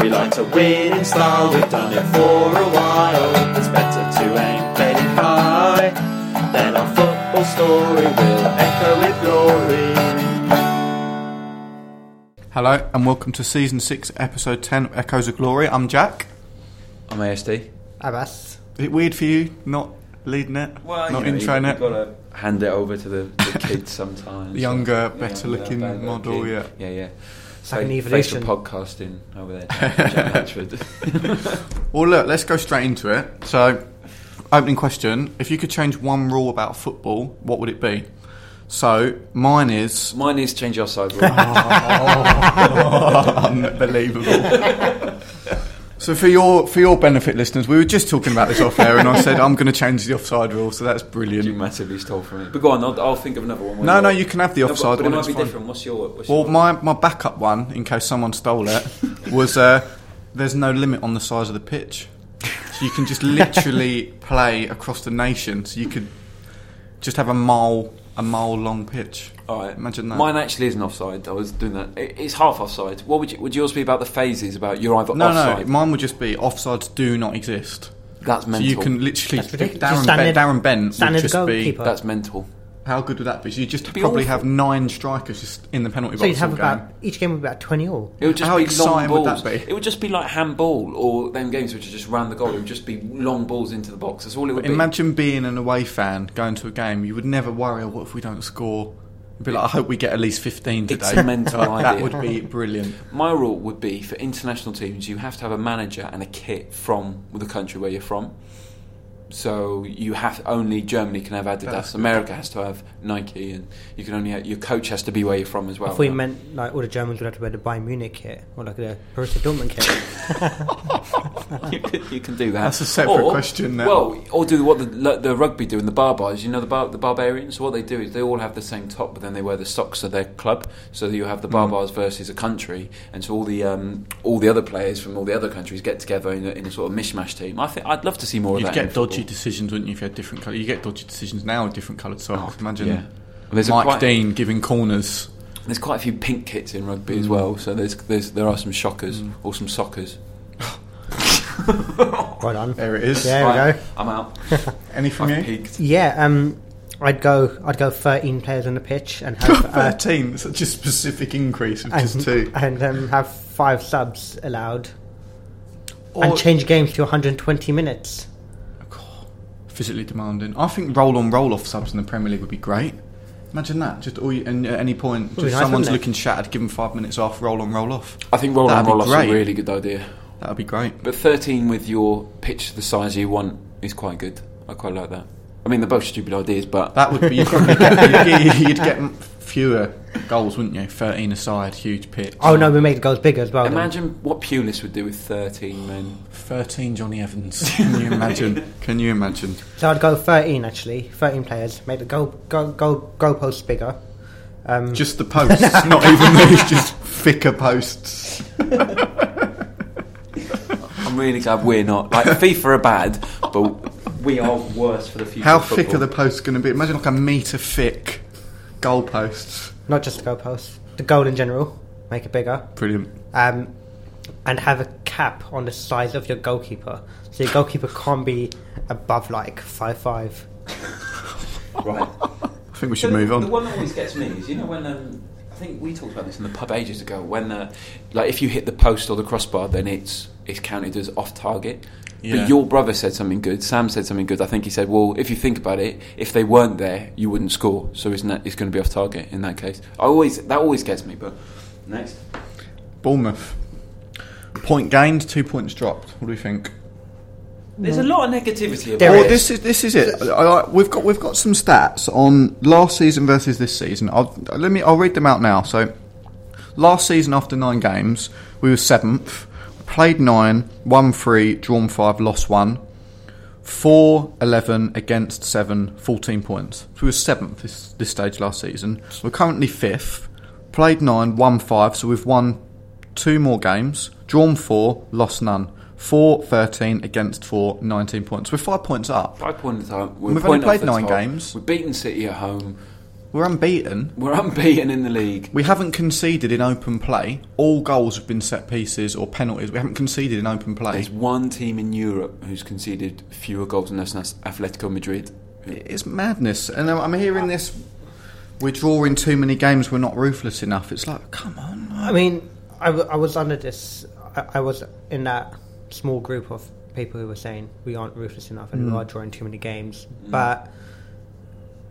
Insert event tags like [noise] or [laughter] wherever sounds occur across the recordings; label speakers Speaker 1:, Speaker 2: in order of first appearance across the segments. Speaker 1: win in style. We've done it for a while. It's better to aim fairly high. Then our football story will echo with glory.
Speaker 2: Hello and welcome to season six, episode ten of Echoes of Glory. I'm Jack.
Speaker 3: I'm ASD.
Speaker 4: Abbas.
Speaker 2: Is it weird for you not leading it, not introing it?
Speaker 3: Hand it over to the, the kids [laughs] sometimes.
Speaker 2: The younger,
Speaker 3: Yeah,
Speaker 2: better
Speaker 3: younger,
Speaker 2: looking
Speaker 3: better
Speaker 2: model,
Speaker 3: looking.
Speaker 2: yeah.
Speaker 3: Yeah, yeah.
Speaker 4: It's like an
Speaker 3: Face-
Speaker 4: evolution.
Speaker 3: Face for podcasting over
Speaker 2: [laughs]
Speaker 3: there. Jack Hatchford. [laughs]
Speaker 2: Well, look, let's go straight into it. So, opening question: If you could change one rule about football, what would it be? So, mine is [laughs]
Speaker 3: Mine is change our side rule. [laughs]
Speaker 2: Unbelievable. so for your for your benefit, listeners, we were just talking about this off air, and I said I'm going to change the offside rule. So that's
Speaker 3: you
Speaker 2: brilliant.
Speaker 3: massively stole from me. But go on, I'll, I'll think of another one.
Speaker 2: No, no, you can have the
Speaker 3: No, but-
Speaker 2: offside
Speaker 3: but,
Speaker 2: one,
Speaker 3: it
Speaker 2: it's
Speaker 3: might be
Speaker 2: fine.
Speaker 3: different. What's your? What's
Speaker 2: Well,
Speaker 3: your
Speaker 2: my my backup one, in case someone stole
Speaker 3: [laughs]
Speaker 2: it, was uh, there's no limit on the size of the pitch, so you can just
Speaker 3: [laughs]
Speaker 2: literally play across the nation. So you could just have a mile a mile long pitch.
Speaker 3: All right,
Speaker 2: imagine that.
Speaker 3: Mine actually isn't offside. I was doing that. It, it's half offside. What would you, would yours be about the phases? About you're either
Speaker 2: no,
Speaker 3: offside.
Speaker 2: no, mine would just be offsides do not exist.
Speaker 3: that's mental.
Speaker 2: So you can literally
Speaker 4: That's ridiculous.
Speaker 2: Darren,
Speaker 4: Just
Speaker 2: ben,
Speaker 4: standard-
Speaker 2: Darren Bent would
Speaker 4: standard
Speaker 2: just be
Speaker 4: goalkeeper.
Speaker 3: that's mental.
Speaker 2: how good would that be? So you just
Speaker 3: be
Speaker 2: probably
Speaker 3: awful.
Speaker 2: have nine strikers just in the penalty
Speaker 4: So
Speaker 2: box.
Speaker 4: you'd have
Speaker 2: all
Speaker 4: about
Speaker 2: game.
Speaker 4: each game would be about twenty all.
Speaker 3: It would just
Speaker 2: How
Speaker 3: be long
Speaker 2: exciting would
Speaker 3: balls.
Speaker 2: that be?
Speaker 3: It would just be like handball or them games which are just round the goal. It would just be long balls into the box. That's all it would be.
Speaker 2: Imagine being an away fan going to a game. You would never worry. Oh, what if we don't score? You'd be like, I hope we get at least fifteen today.
Speaker 3: It's a mental
Speaker 2: Like, [laughs] that
Speaker 3: idea.
Speaker 2: would be brilliant.
Speaker 3: My rule would be for international teams, you have to have a manager and a kit from the country where you're from. So you have only Germany can have Adidas.
Speaker 2: That's good.
Speaker 3: America has to have Nike, and you can only have, your coach has to be where you're from as well.
Speaker 4: If we meant like all the Germans would have to wear the Bayern Munich kit or like the Borussia Dortmund kit.
Speaker 2: [coughs]
Speaker 3: [laughs] you, can, you can do that.
Speaker 2: That's a separate question now.
Speaker 3: Well, or do what the, the rugby do in the barbars. You know the bar, the barbarians. So what they do is they all have the same top, but then they wear the socks of their club. So you have the
Speaker 2: Mm.
Speaker 3: barbars versus a country, and so all the um, all the other players from all the other countries get together in a, in a sort of mishmash team. I think I'd love to see more
Speaker 2: You'd
Speaker 3: of that. in
Speaker 2: get dodgy
Speaker 3: football.
Speaker 2: decisions, wouldn't you? If you had different colour, you get dodgy decisions now with different coloured socks. Imagine
Speaker 3: Oh, yeah. There's a
Speaker 2: Mike
Speaker 3: quite-
Speaker 2: Dean giving corners.
Speaker 3: There's quite a few pink kits in rugby
Speaker 2: Mm.
Speaker 3: as well. So there's, there's there are some shockers or some sockers.
Speaker 4: Right on.
Speaker 2: There it is.
Speaker 4: There we
Speaker 3: Right,
Speaker 4: go.
Speaker 3: I'm out.
Speaker 2: Any [laughs] from [laughs]
Speaker 3: I've
Speaker 2: you?
Speaker 3: peaked.
Speaker 4: Yeah, um, I'd go. I'd go thirteen players on the pitch and have uh,
Speaker 2: Thirteen. Such a specific increase of [laughs] just
Speaker 4: and,
Speaker 2: two.
Speaker 4: and um, have five subs allowed
Speaker 2: Or-
Speaker 4: and change games to 120 minutes.
Speaker 2: [laughs] physically demanding. I think roll on roll off subs in the Premier League would be great. Imagine that. Just all you, and at any point,
Speaker 4: be
Speaker 2: just
Speaker 4: nice,
Speaker 2: someone's
Speaker 4: wouldn't it?
Speaker 2: looking shattered, give them five minutes off, roll on roll off.
Speaker 3: I think roll on
Speaker 2: That'd be
Speaker 3: roll off's a
Speaker 2: great.
Speaker 3: really good idea.
Speaker 2: That would be great.
Speaker 3: But 13 with your pitch the size you want is quite good. I quite like that. I mean, they're both stupid ideas, but
Speaker 2: That would be you'd, probably get, you'd, get, you'd get fewer goals, wouldn't you? Thirteen aside, huge pitch.
Speaker 4: Oh no, we made the goals bigger as well. then.
Speaker 3: imagine what Pulis would do with 13 men.
Speaker 2: Thirteen Johnny [laughs] Evans. Can you imagine? Can you imagine?
Speaker 4: So I'd go 13 actually, 13 players. Make the goal goal goal goalposts bigger. Um,
Speaker 2: Just the posts, not even those, [laughs] just thicker posts.
Speaker 3: I'm really glad we're not. Like, [laughs] FIFA are bad, but we are worse for the future.
Speaker 2: How
Speaker 3: of
Speaker 2: thick are
Speaker 3: football.
Speaker 2: the posts going to be? Imagine like a metre thick goal posts.
Speaker 4: not just the goalposts, the goal in general. Make it bigger.
Speaker 2: Brilliant.
Speaker 4: Um, and have a cap on the size of your goalkeeper, so your goalkeeper can't be above like five five.
Speaker 3: Right.
Speaker 2: I think we should move on.
Speaker 3: The one that always gets me is, you know, when. Um, I think we talked about this in the pub ages ago. When, uh, like, if you hit the post or the crossbar, then it's it's counted as off target.
Speaker 2: Yeah.
Speaker 3: But your brother said something good. Sam said something good. I think he said, "Well, if you think about it, if they weren't there, you wouldn't score. So isn't that it's going to be off target in that case?" I always that always gets me. But next,
Speaker 2: Bournemouth. Point gained, two points dropped. What do we think?
Speaker 3: there's a lot of negativity about
Speaker 4: There
Speaker 2: Well,
Speaker 4: is.
Speaker 2: this is this is it. I, I, we've got we've got some stats on last season versus this season. I'll, let me I'll read them out now. So, last season after nine games, we were seventh. Played nine, won three, drawn five, lost one. Four, 11 against seven, 14 points. So we were seventh this, this stage last season. We're currently fifth. Played nine, won five, so we've won two more games. Drawn four, lost none. Four, 13 against four, 19 points. We're five points up.
Speaker 3: Five points at home. We're
Speaker 2: We've
Speaker 3: point
Speaker 2: only played
Speaker 3: off the
Speaker 2: nine
Speaker 3: top.
Speaker 2: games.
Speaker 3: We've beaten City at home.
Speaker 2: We're unbeaten.
Speaker 3: We're unbeaten in the league.
Speaker 2: We haven't conceded in open play. All goals have been set pieces or penalties. We haven't conceded in open play.
Speaker 3: There's one team in Europe who's conceded fewer goals than us, and that's Atletico Madrid.
Speaker 2: It's madness. And I'm I'm hearing this. We're drawing too many games. We're not ruthless enough. It's like, come on.
Speaker 4: I mean, I, w- I was under this. I, I was in that small group of people who were saying we aren't ruthless enough and we are drawing too many games. But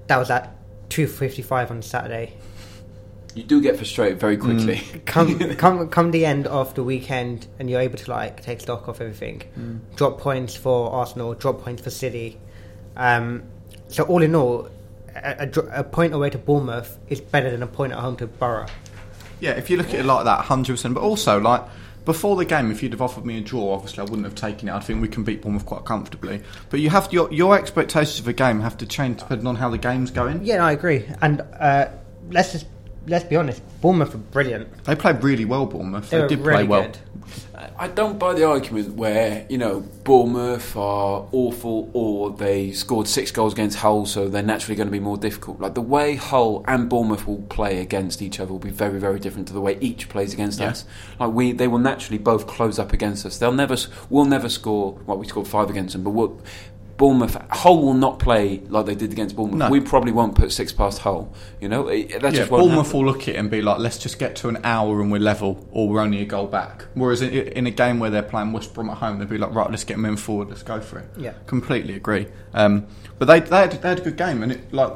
Speaker 4: that was at two fifty-five on Saturday.
Speaker 3: You do get frustrated very quickly.
Speaker 2: [laughs]
Speaker 4: Come, come, come the end of the weekend, and you're able to like take stock of everything.
Speaker 2: Mm.
Speaker 4: Drop points for Arsenal. Drop points for City. Um, so all in all, a, a, dr- a point away to Bournemouth is better than a point at home to Borough.
Speaker 2: Yeah, if you look at it like that, hundred percent. But also, like before the game, if you'd have offered me a draw, obviously I wouldn't have taken it. I think we can beat Bournemouth quite comfortably. But you have your your expectations of a game have to change depending on how the game's going.
Speaker 4: Yeah, no, I agree. And uh, let's just let's be honest, Bournemouth are brilliant.
Speaker 2: They played really well, Bournemouth.
Speaker 4: They,
Speaker 2: They,
Speaker 4: were
Speaker 2: did
Speaker 4: really
Speaker 2: play well.
Speaker 4: good.
Speaker 3: I don't buy the argument where, you know, Bournemouth are awful or they scored six goals against Hull, so they're naturally going to be more difficult. Like, the way Hull and Bournemouth will play against each other will be very, very different to the way each plays against
Speaker 2: Yeah.
Speaker 3: us. Like, we, they will naturally both close up against us. They'll never, s- we'll never score, well, we scored five against them, but we'll, Bournemouth, Hull will not play like they did against Bournemouth.
Speaker 2: No.
Speaker 3: We probably won't put six past Hull, you know? It-
Speaker 2: Yeah,
Speaker 3: That just won't
Speaker 2: Bournemouth
Speaker 3: happen.
Speaker 2: will look at it and be like, let's just get to an hour and we're level, or we're only a goal back. Whereas in, in a game where they're playing West Brom at home, they'd be like, right, let's get them in forward, let's go for it.
Speaker 4: Yeah.
Speaker 2: completely agree. Um, but they they had, they had a good game, and it like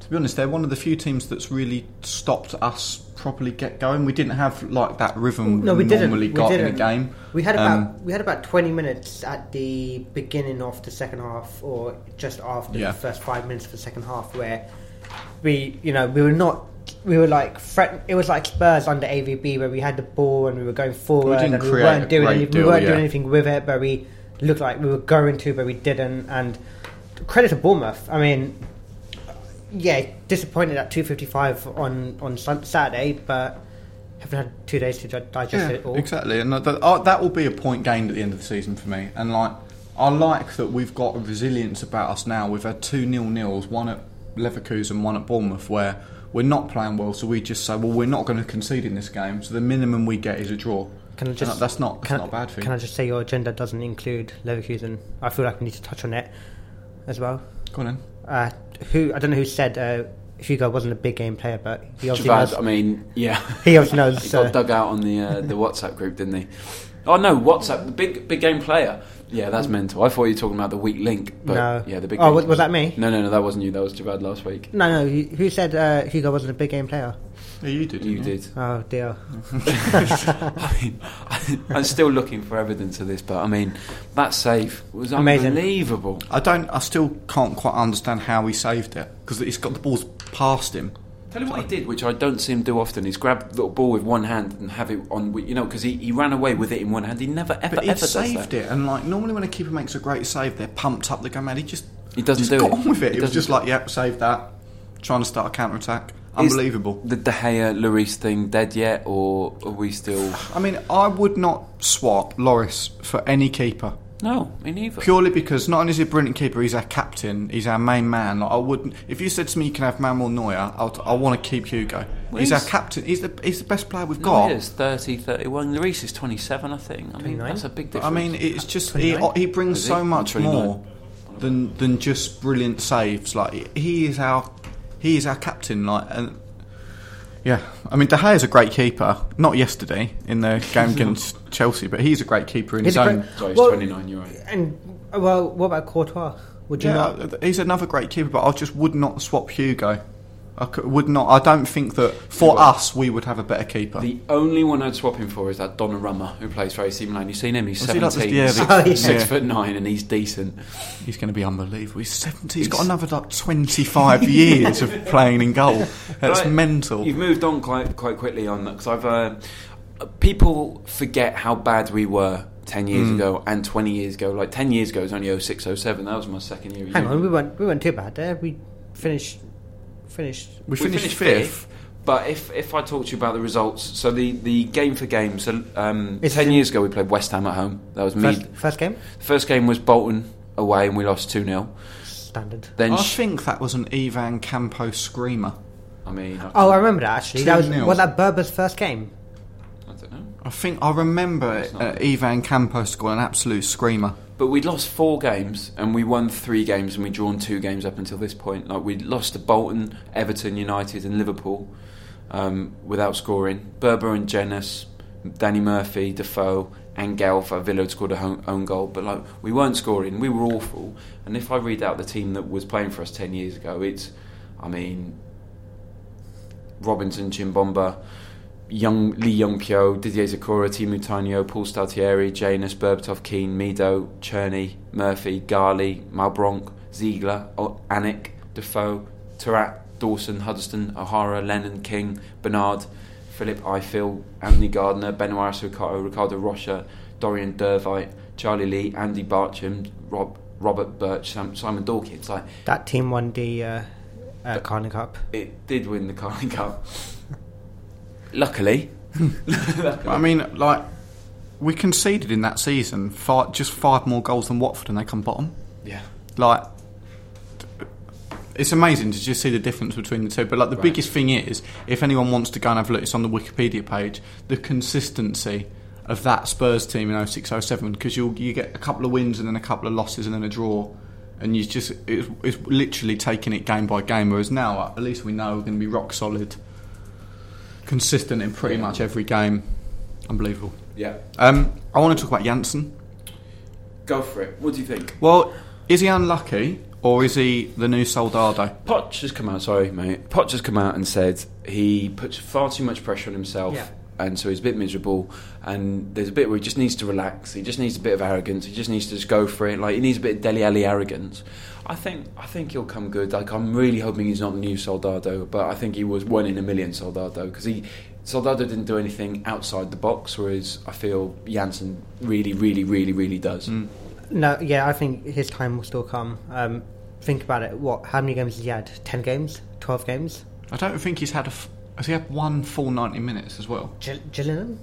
Speaker 2: to be honest, they're one of the few teams that's really stopped us properly get going. We didn't have like that rhythm
Speaker 4: No, we didn't.
Speaker 2: normally
Speaker 4: We
Speaker 2: got in
Speaker 4: didn't.
Speaker 2: a game.
Speaker 4: We had about
Speaker 2: Um,
Speaker 4: we had about twenty minutes at the beginning of the second half, or just after
Speaker 2: Yeah.
Speaker 4: the first five minutes of the second half, where we you know we were not we were like threat- it was like Spurs under AVB where we had the ball and we were going forward
Speaker 2: didn't
Speaker 4: and we
Speaker 2: create a
Speaker 4: weren't doing
Speaker 2: great
Speaker 4: any,
Speaker 2: deal,
Speaker 4: we weren't
Speaker 2: yeah.
Speaker 4: doing anything with it, but we looked like we were going to, but we didn't. And credit to Bournemouth. I mean, yeah, disappointed at two fifty five on on Sun- Saturday, but. Haven't had two days to di- digest it all.
Speaker 2: Exactly, and that, that- uh, that will be a point gained at the end of the season for me. And like, I like that we've got a resilience about us now. We've had two nil nils, one at Leverkusen, one at Bournemouth, where we're not playing well. So we just say, well, we're not going to concede in this game. So the minimum we get is a draw.
Speaker 4: Can I
Speaker 2: And
Speaker 4: just-
Speaker 2: that's not that's
Speaker 4: Can,
Speaker 2: not a bad thing.
Speaker 4: can I just say your agenda doesn't include Leverkusen? I feel like we need to touch on it as well.
Speaker 2: Go on then.
Speaker 4: Uh, who I don't know who said uh, Hugo wasn't a big game player, but he obviously
Speaker 3: Javad,
Speaker 4: knows.
Speaker 3: I mean, yeah.
Speaker 4: he obviously
Speaker 3: He
Speaker 4: knows.
Speaker 3: got
Speaker 4: Uh,
Speaker 3: dug out on the uh, the WhatsApp group, didn't he? Oh no, WhatsApp, the big big game player. Yeah, that's mental. I thought you were talking about the weak link, but
Speaker 4: Mm. No.
Speaker 3: yeah, the big.
Speaker 4: Oh,
Speaker 3: game
Speaker 4: was- was
Speaker 3: player.
Speaker 4: that me?
Speaker 3: No, no, no, that wasn't you. That was Javad last week.
Speaker 4: no, no. Who who said uh, Hugo wasn't a big game player?
Speaker 2: Yeah, you did.
Speaker 3: You
Speaker 2: didn't
Speaker 4: [laughs]
Speaker 3: did.
Speaker 4: Oh dear.
Speaker 3: I mean, I'm still looking for evidence of this, but I mean, that save was
Speaker 4: Amazing.
Speaker 3: unbelievable.
Speaker 2: I don't. I still can't quite understand how he saved it because he's got the balls past him.
Speaker 3: Tell him what he did, which I don't see him do often. Is grab the ball with one hand and have it on, you know, because he, he ran away with it in one hand. He never ever
Speaker 2: But he
Speaker 3: ever does that.
Speaker 2: saved it, and like normally when a keeper makes a great save, they're pumped up. They go mad. He just
Speaker 3: He doesn't
Speaker 2: just
Speaker 3: do
Speaker 2: got
Speaker 3: it.
Speaker 2: on with it.
Speaker 3: He
Speaker 2: it was
Speaker 3: doesn't
Speaker 2: just
Speaker 3: do it.
Speaker 2: like, yep, save that. Trying to start a counter attack.
Speaker 3: Is
Speaker 2: Unbelievable.
Speaker 3: The De Gea Lloris thing dead yet, or are we still?
Speaker 2: I mean, I would not swap Loris for any keeper
Speaker 3: No, me neither.
Speaker 2: purely because not only is he a brilliant keeper, he's our captain, he's our main man. Like, I wouldn't. If you said to me you can have Manuel Neuer, I'd, I want to keep Hugo.
Speaker 3: Well,
Speaker 2: he's,
Speaker 3: he's-
Speaker 2: our captain. He's the he's the best player we've
Speaker 3: No,
Speaker 2: got.
Speaker 3: he is 30, 31. Lloris is 27, I think. I mean,
Speaker 4: 29?
Speaker 3: that's a big
Speaker 2: But
Speaker 3: difference.
Speaker 2: I mean, it's just he,
Speaker 4: 29?
Speaker 2: he brings
Speaker 3: Is he?
Speaker 2: so much
Speaker 3: 29.
Speaker 2: more than than just brilliant saves. Like he is our he is our captain. Like and yeah, I mean De Gea is a great keeper. Not yesterday in the game
Speaker 4: [laughs]
Speaker 2: against Chelsea, but he's a great keeper in
Speaker 4: He's
Speaker 2: his
Speaker 4: a
Speaker 2: own.
Speaker 4: great-
Speaker 3: Sorry, he's
Speaker 4: Well-
Speaker 3: 29, you're right.
Speaker 4: And uh, well, what about Courtois? Would you?
Speaker 2: yeah,
Speaker 4: not-
Speaker 2: uh, he's another great keeper, but I just would not swap Hugo. I cou- would not. I don't think that for us we would have a better keeper.
Speaker 3: The only one I'd swap him for is that Donnarumma, who plays for AC Milan. You've seen him? He's
Speaker 2: Was he like
Speaker 3: 17,
Speaker 2: this- yeah, the-
Speaker 4: Oh, yeah.
Speaker 3: six
Speaker 2: yeah.
Speaker 3: foot nine, and he's decent.
Speaker 2: he's going to be unbelievable. He's seventy. He's got another like twenty-five years of
Speaker 3: [laughs]
Speaker 2: playing in goal. That's
Speaker 3: Right.
Speaker 2: mental.
Speaker 3: You've moved on quite quite quickly on that because I've uh, people forget how bad we were ten years ago and twenty years ago. Like ten years ago, it was only 06, 07. That was my second year. at
Speaker 4: Hang
Speaker 3: uni.
Speaker 4: on, we weren't we weren't too bad there. We finished finished.
Speaker 2: We finished, fifth.
Speaker 3: But if, if I talk to you about the results, so the, the game for game, so um,
Speaker 4: It's
Speaker 3: 10
Speaker 4: in-
Speaker 3: years ago we played West Ham at home. That was me.
Speaker 4: First,
Speaker 3: First,
Speaker 4: first game
Speaker 3: game was Bolton away and we lost 2 0.
Speaker 4: standard.
Speaker 3: Then
Speaker 2: I
Speaker 3: Sh-
Speaker 2: think that was an Ivan Campo screamer.
Speaker 3: I mean, I,
Speaker 4: Oh, I remember that actually. That was
Speaker 2: 2-0.
Speaker 4: was that Berber's first game.
Speaker 3: I don't know.
Speaker 2: I think I remember it, uh, Ivan Campo scored an absolute screamer.
Speaker 3: But we'd lost four games and we won three games and we'd drawn two games up until this point. Like we'd lost to Bolton, Everton, United, and Liverpool um, without scoring. Berber and Jennis, Danny Murphy, Defoe, and Galfa. Villa had scored a home, own goal, but like we weren't scoring. We were awful. And if I read out the team that was playing for us ten years ago, it's, I mean, Robinson, Chimbomba, Young Lee Young Pyo, Didier Zakora, Timu Tainio, Paul Staltieri, Janus, Berbatov, Keane, Mido, Cherney, Murphy, Garley, Malbronk, Ziegler, O- Anik, Defoe, Tarat, Dawson, Huddleston, O'Hara, Lennon, King, Bernard, Philip Ifill, Anthony Gardner, Benoit Sukato, Ricardo Rocha, Dorian Dervite, Charlie Lee, Andy Bartram, Rob, Robert Birch, Sam, Simon Dawkins. Like,
Speaker 4: That team won the uh, uh, Carling Cup.
Speaker 3: it did win the Carling Cup. Luckily.
Speaker 2: I mean, like, we conceded in that season five, just five more goals than Watford and they come bottom.
Speaker 3: Yeah.
Speaker 2: Like, it's amazing to just see the difference between the two. But, like, the biggest thing is, if anyone wants to go and have a look, it's on the Wikipedia page, the consistency of that Spurs team in 06 07, because you you get a couple of wins and then a couple of losses and then a draw. And you just, it's, it's literally taking it game by game. Whereas now, at least we know we're going to be rock solid, consistent in pretty much every game. Unbelievable.
Speaker 3: Yeah.
Speaker 2: Um, I want to talk about Janssen.
Speaker 3: Go for it. What do you think?
Speaker 2: Well, is he unlucky or is he the new Soldado?
Speaker 3: Potch has come out, sorry, mate. Potch has come out and said he puts far too much pressure on himself.
Speaker 4: Yeah.
Speaker 3: And so he's a bit miserable, and there's a bit where he just needs to relax. He just needs a bit of arrogance. He just needs to just go for it. Like he needs a bit of Deli Alley arrogance. I think I think he'll come good. Like I'm really hoping he's not the new Soldado, but I think he was one in a million Soldado because he Soldado didn't do anything outside the box, whereas I feel Jansen really, really, really, really does.
Speaker 4: No, yeah, I think his time will still come. Um, think about it. What? How many games has he had? Ten games? Twelve games?
Speaker 2: I don't think he's had a. F- has he had one full 90 minutes as well?
Speaker 4: Gil- Gillingham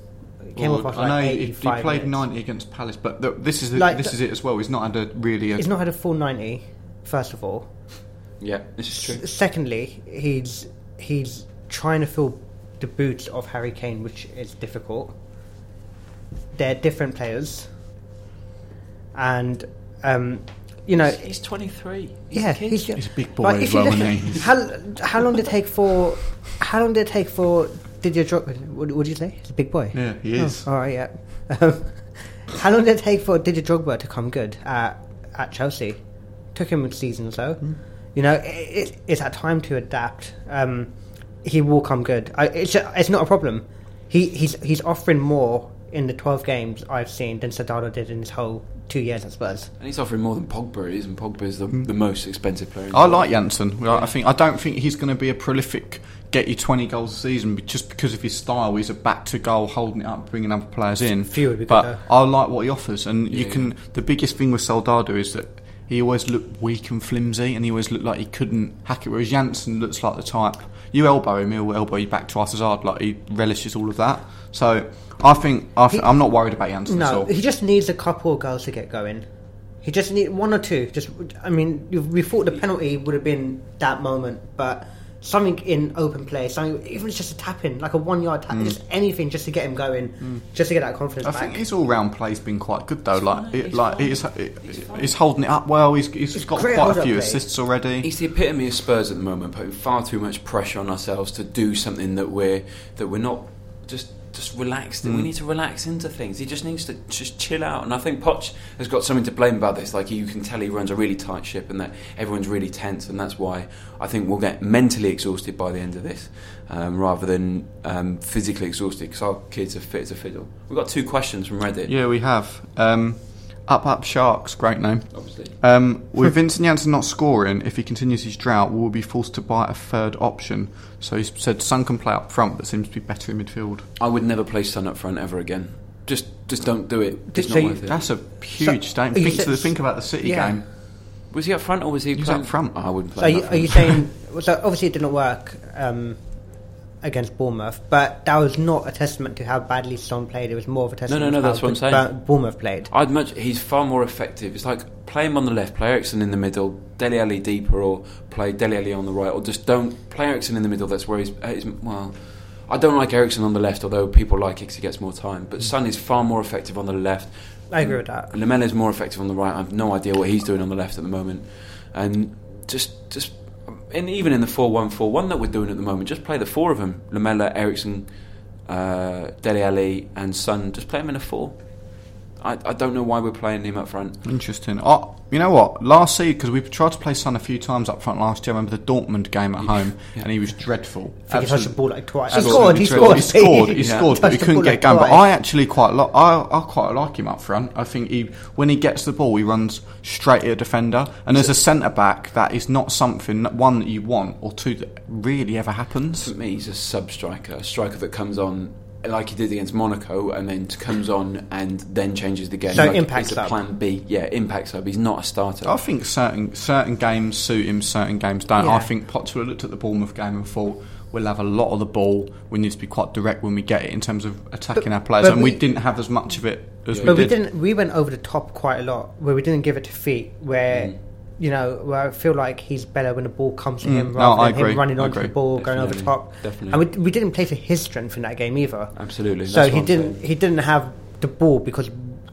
Speaker 4: came
Speaker 2: Or-
Speaker 4: off after
Speaker 2: I know
Speaker 4: like
Speaker 2: he, he
Speaker 4: eighty-five.
Speaker 2: played
Speaker 4: minutes.
Speaker 2: 90 against Palace, but th this is the,
Speaker 4: Like
Speaker 2: this
Speaker 4: the-
Speaker 2: is it as well. He's not had a really. A,
Speaker 4: He's not had a full ninety. First of all,
Speaker 3: Yeah, this is true.
Speaker 4: secondly, he's he's trying to fill the boots of Harry Kane, which is difficult. They're different players, and um, you know,
Speaker 3: he's 23.
Speaker 4: yeah, he's,
Speaker 2: he's a big boy
Speaker 4: Like,
Speaker 2: as
Speaker 4: if you
Speaker 2: well,
Speaker 4: look-
Speaker 2: isn't he?
Speaker 4: How how long did it take for how long did it take for did you drop? What, what did you say? He's a big boy. Oh,
Speaker 2: Yeah, he is.
Speaker 4: All right, yeah. Um, [laughs] how long did it take for Didier Drogba to come good at, at Chelsea? Took him a season or so.
Speaker 2: Hmm.
Speaker 4: You know, it, it, it's that time to adapt. Um, he will come good. I, it's, it's not a problem. He, he's, he's offering more in the 12 games I've seen than Sadado did in his whole two years at Spurs.
Speaker 3: And he's offering more than Pogba is, and Pogba is the, the most expensive player. In
Speaker 2: Hmm. I
Speaker 3: the
Speaker 2: like Janssen. Well, I think I don't think he's going to be a prolific get you 20 goals a season, but just because of his style, he's a back to goal, holding it up, bringing other players in.
Speaker 4: Few would be good,
Speaker 2: but
Speaker 4: though.
Speaker 2: I like what he offers, and you
Speaker 3: Yeah,
Speaker 2: can. The biggest thing with Soldado is that he always looked weak and flimsy, and he always looked like he couldn't hack it. Whereas Janssen looks like the type you elbow him, he'll elbow you back twice as hard. Like he relishes all of that. So I think I th- I'm not worried about Janssen at
Speaker 4: No,
Speaker 2: all.
Speaker 4: he just needs a couple of goals to get going. He just need one or two. Just, I mean, you- we thought the penalty would have been that moment, but something in open play, something even if it's just a tap in, like a one yard tap, just anything, just to get him going, just to get that confidence
Speaker 2: Mm. I
Speaker 4: back.
Speaker 2: think his all-round play's been quite good though. like,
Speaker 3: fine,
Speaker 2: it,
Speaker 3: he's
Speaker 2: like
Speaker 3: fine.
Speaker 2: he's, he's, holding it up well. He's, he's got
Speaker 4: great
Speaker 2: quite a
Speaker 4: hold-up
Speaker 2: few
Speaker 4: play.
Speaker 2: assists already.
Speaker 3: It's the epitome of Spurs at the moment, putting far too much pressure on ourselves to do something that we're that we're not just just relaxed.
Speaker 2: Hmm.
Speaker 3: in. We need to relax into things. He just needs to just chill out. And I think Poch has got something to blame about this. Like you can tell, he runs a really tight ship, and that everyone's really tense, and that's why I think we'll get mentally exhausted by the end of this, um, rather than um, physically exhausted. Because our kids are fit as a fiddle. We've got two questions from Reddit,
Speaker 2: Yeah, we have. Um, up Up Sharks, great name.
Speaker 3: obviously.
Speaker 2: Um, with Vincent Janssen not scoring, if he continues his drought, we'll be forced to buy a third option. So he said Sun can play up front, but seems to be better in midfield.
Speaker 3: I would never play Sun up front ever again. Just, just don't do it. It's
Speaker 4: so
Speaker 3: not
Speaker 4: you-
Speaker 3: worth it.
Speaker 2: That's a huge statement.
Speaker 4: are you
Speaker 2: Think, to
Speaker 4: sa-
Speaker 2: the, think about the City
Speaker 4: yeah.
Speaker 2: game.
Speaker 3: Was he up front or was he?
Speaker 2: He was
Speaker 3: playing-
Speaker 2: up front.
Speaker 3: Oh, I wouldn't
Speaker 4: so are
Speaker 3: play. him
Speaker 4: you,
Speaker 3: up
Speaker 4: are you
Speaker 3: front.
Speaker 4: saying? So obviously it didn't work um, against Bournemouth, but that was not a testament to how badly Son played. It was more of a testament.
Speaker 3: no,
Speaker 4: to
Speaker 3: that's
Speaker 4: how
Speaker 3: what I'm
Speaker 4: good
Speaker 3: saying.
Speaker 4: Bur- Bournemouth played.
Speaker 3: I'd much. He's far more effective. It's like play him on the left, play Ericsson in the middle, Deli Ali deeper, or play Deli Ali on the right, or just don't play Ericsson in the middle. That's where he's. uh, he's- well, I don't like Ericsson on the left, although people like it because he gets more time. But Son is far more effective on the left.
Speaker 4: I agree with that.
Speaker 3: Lamella is more effective on the right. I have no idea what he's doing on the left at the moment, and just just and even in the four-one-four-one that we're doing at the moment, just play the four of them: Lamella, Ericsson, uh, Dele Alli, and Son. Just play them in a four. I, I don't know why we're playing him up front.
Speaker 2: Interesting. Oh, you know what? Last season, because we tried to play Son a few times up front last year. I remember the Dortmund game at home, and he was dreadful.
Speaker 4: I think he touched the
Speaker 2: Absolute-
Speaker 4: ball like twice. He
Speaker 2: absolutely
Speaker 4: scored. He
Speaker 2: dreadful.
Speaker 4: scored.
Speaker 2: He
Speaker 4: [laughs]
Speaker 2: scored. He
Speaker 4: Yeah.
Speaker 2: scored, but he
Speaker 4: Touched the
Speaker 2: couldn't
Speaker 4: ball
Speaker 2: get
Speaker 4: like
Speaker 2: going. But
Speaker 4: twice.
Speaker 2: I actually quite like. I, I quite like him up front. I think he when he gets the ball, he runs straight at a defender. And as a centre back, that is not something that- one that you want, or two that really ever happens.
Speaker 3: For me, he's a sub striker, a striker that comes on like he did against Monaco, and then comes on and then changes the game.
Speaker 4: So
Speaker 3: like
Speaker 4: impact
Speaker 3: it's a
Speaker 4: sub.
Speaker 3: plan B. Yeah, impact sub. He's not a starter.
Speaker 2: I think certain certain games suit him, certain games don't.
Speaker 4: Yeah.
Speaker 2: I think Potter looked at the Bournemouth game and thought we'll have a lot of the ball. We need to be quite direct when we get it in terms of attacking
Speaker 4: But-
Speaker 2: our players,
Speaker 4: but
Speaker 2: and we,
Speaker 4: we-
Speaker 2: didn't have as much of it as
Speaker 3: Yeah.
Speaker 2: we
Speaker 4: But we
Speaker 2: did.
Speaker 4: didn't. We went over the top quite a lot, where we didn't give it to feet. Where you know, where I feel like he's better when the ball comes to him
Speaker 2: no,
Speaker 4: rather
Speaker 2: I
Speaker 4: than
Speaker 2: agree.
Speaker 4: him running
Speaker 2: I
Speaker 4: onto the
Speaker 2: agree.
Speaker 4: ball, going over the
Speaker 3: Definitely.
Speaker 4: top.
Speaker 3: Definitely.
Speaker 4: And we, we didn't play to his strength in that game either.
Speaker 3: Absolutely.
Speaker 4: So
Speaker 3: That's
Speaker 4: he
Speaker 3: what I'm
Speaker 4: didn't.
Speaker 3: saying.
Speaker 4: He didn't have the ball because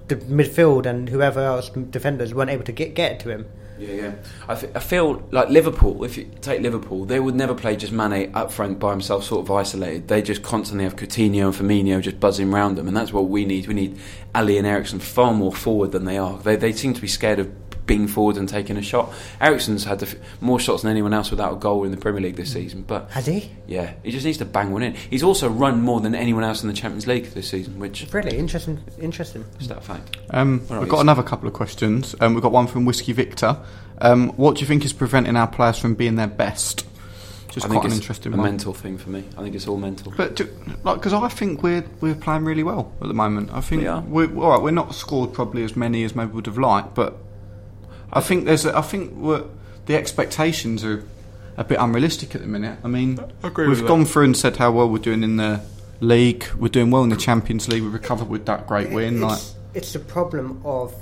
Speaker 4: the midfield and whoever else defenders weren't able to get get it to him.
Speaker 3: Yeah, yeah. I, f- I feel like Liverpool, if you take Liverpool, they would never play just Mane up front by himself, sort of isolated. They just constantly have Coutinho and Firmino just buzzing round them, and that's what we need. We need Ali and Ericsson far more forward than they are. They, they seem to be scared of being forward and taking a shot. Ericsson's had the f- more shots than anyone else without a goal in the Premier League
Speaker 2: Mm.
Speaker 3: this season, but
Speaker 4: Has he?
Speaker 3: yeah, he just needs to bang one in. He's also run more than anyone else in the Champions League this season, which
Speaker 4: Really interesting. Interesting.
Speaker 2: Mm.
Speaker 3: is that a fact.
Speaker 2: Um,
Speaker 3: All right,
Speaker 2: we've got
Speaker 3: so-
Speaker 2: another couple of questions. Um, we've got one from Whiskey Victor. Um, what do you think is preventing our players from being their best? Just
Speaker 3: I
Speaker 2: quite
Speaker 3: think
Speaker 2: an
Speaker 3: it's
Speaker 2: interesting
Speaker 3: a
Speaker 2: one.
Speaker 3: mental thing for me. I think it's all mental.
Speaker 2: But do, like, because I think we're we're playing really well at the moment. I think
Speaker 3: We are.
Speaker 2: we're all right. We're not scored probably as many as maybe we'd have liked, but I think there's a, I think we're, the expectations are a bit unrealistic at the minute. I mean, we've gone through and said how well we're doing in the league. We're doing well in the Champions League. We recovered with that great win. Like,
Speaker 4: It's, it's the problem of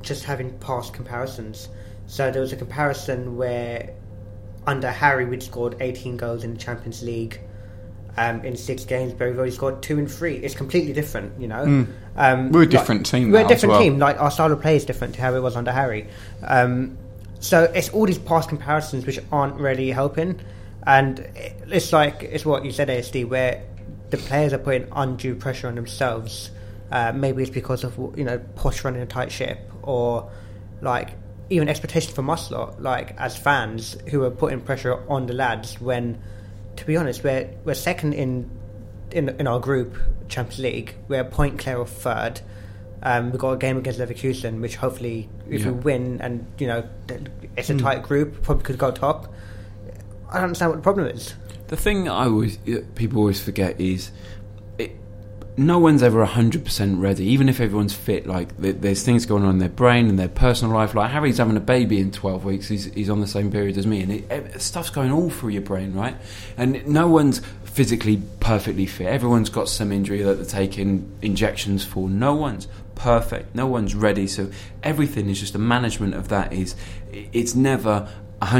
Speaker 4: just having past comparisons. So there was a comparison where under Harry we'd scored 18 goals in the Champions League um, in six games, but we've already scored two and three. It's completely different, you know. Um,
Speaker 2: Mm. We're a different team
Speaker 4: We're
Speaker 2: now
Speaker 4: a
Speaker 2: as
Speaker 4: different
Speaker 2: well.
Speaker 4: team. Like our style of play is different to how it was under Harry. Um, so it's all these past comparisons which aren't really helping, and it- it's like it's what you said, ASD, where the players are putting undue pressure on themselves. Uh, maybe it's because of you know posh running a tight ship, or like even expectation from us lot, like as fans who are putting pressure on the lads when, to be honest, we're we're second in in in our group Champions League. We're a point clear of third. Um, we've got a game against Leverkusen, which hopefully, if
Speaker 3: Yeah.
Speaker 4: we win and you know th- it's a tight group, probably could go top. I don't understand what the problem is.
Speaker 3: The thing I always uh, people always forget is it, no one's ever 100% ready even if everyone's fit like th- there's things going on in their brain and their personal life like Harry's having a baby in 12 weeks he's, he's on the same period as me and it, ev stuff's going all through your brain right and no one's physically perfectly fit everyone's got some injury that they're taking injections for no one's perfect no one's ready so everything is just the management of that is i- it's never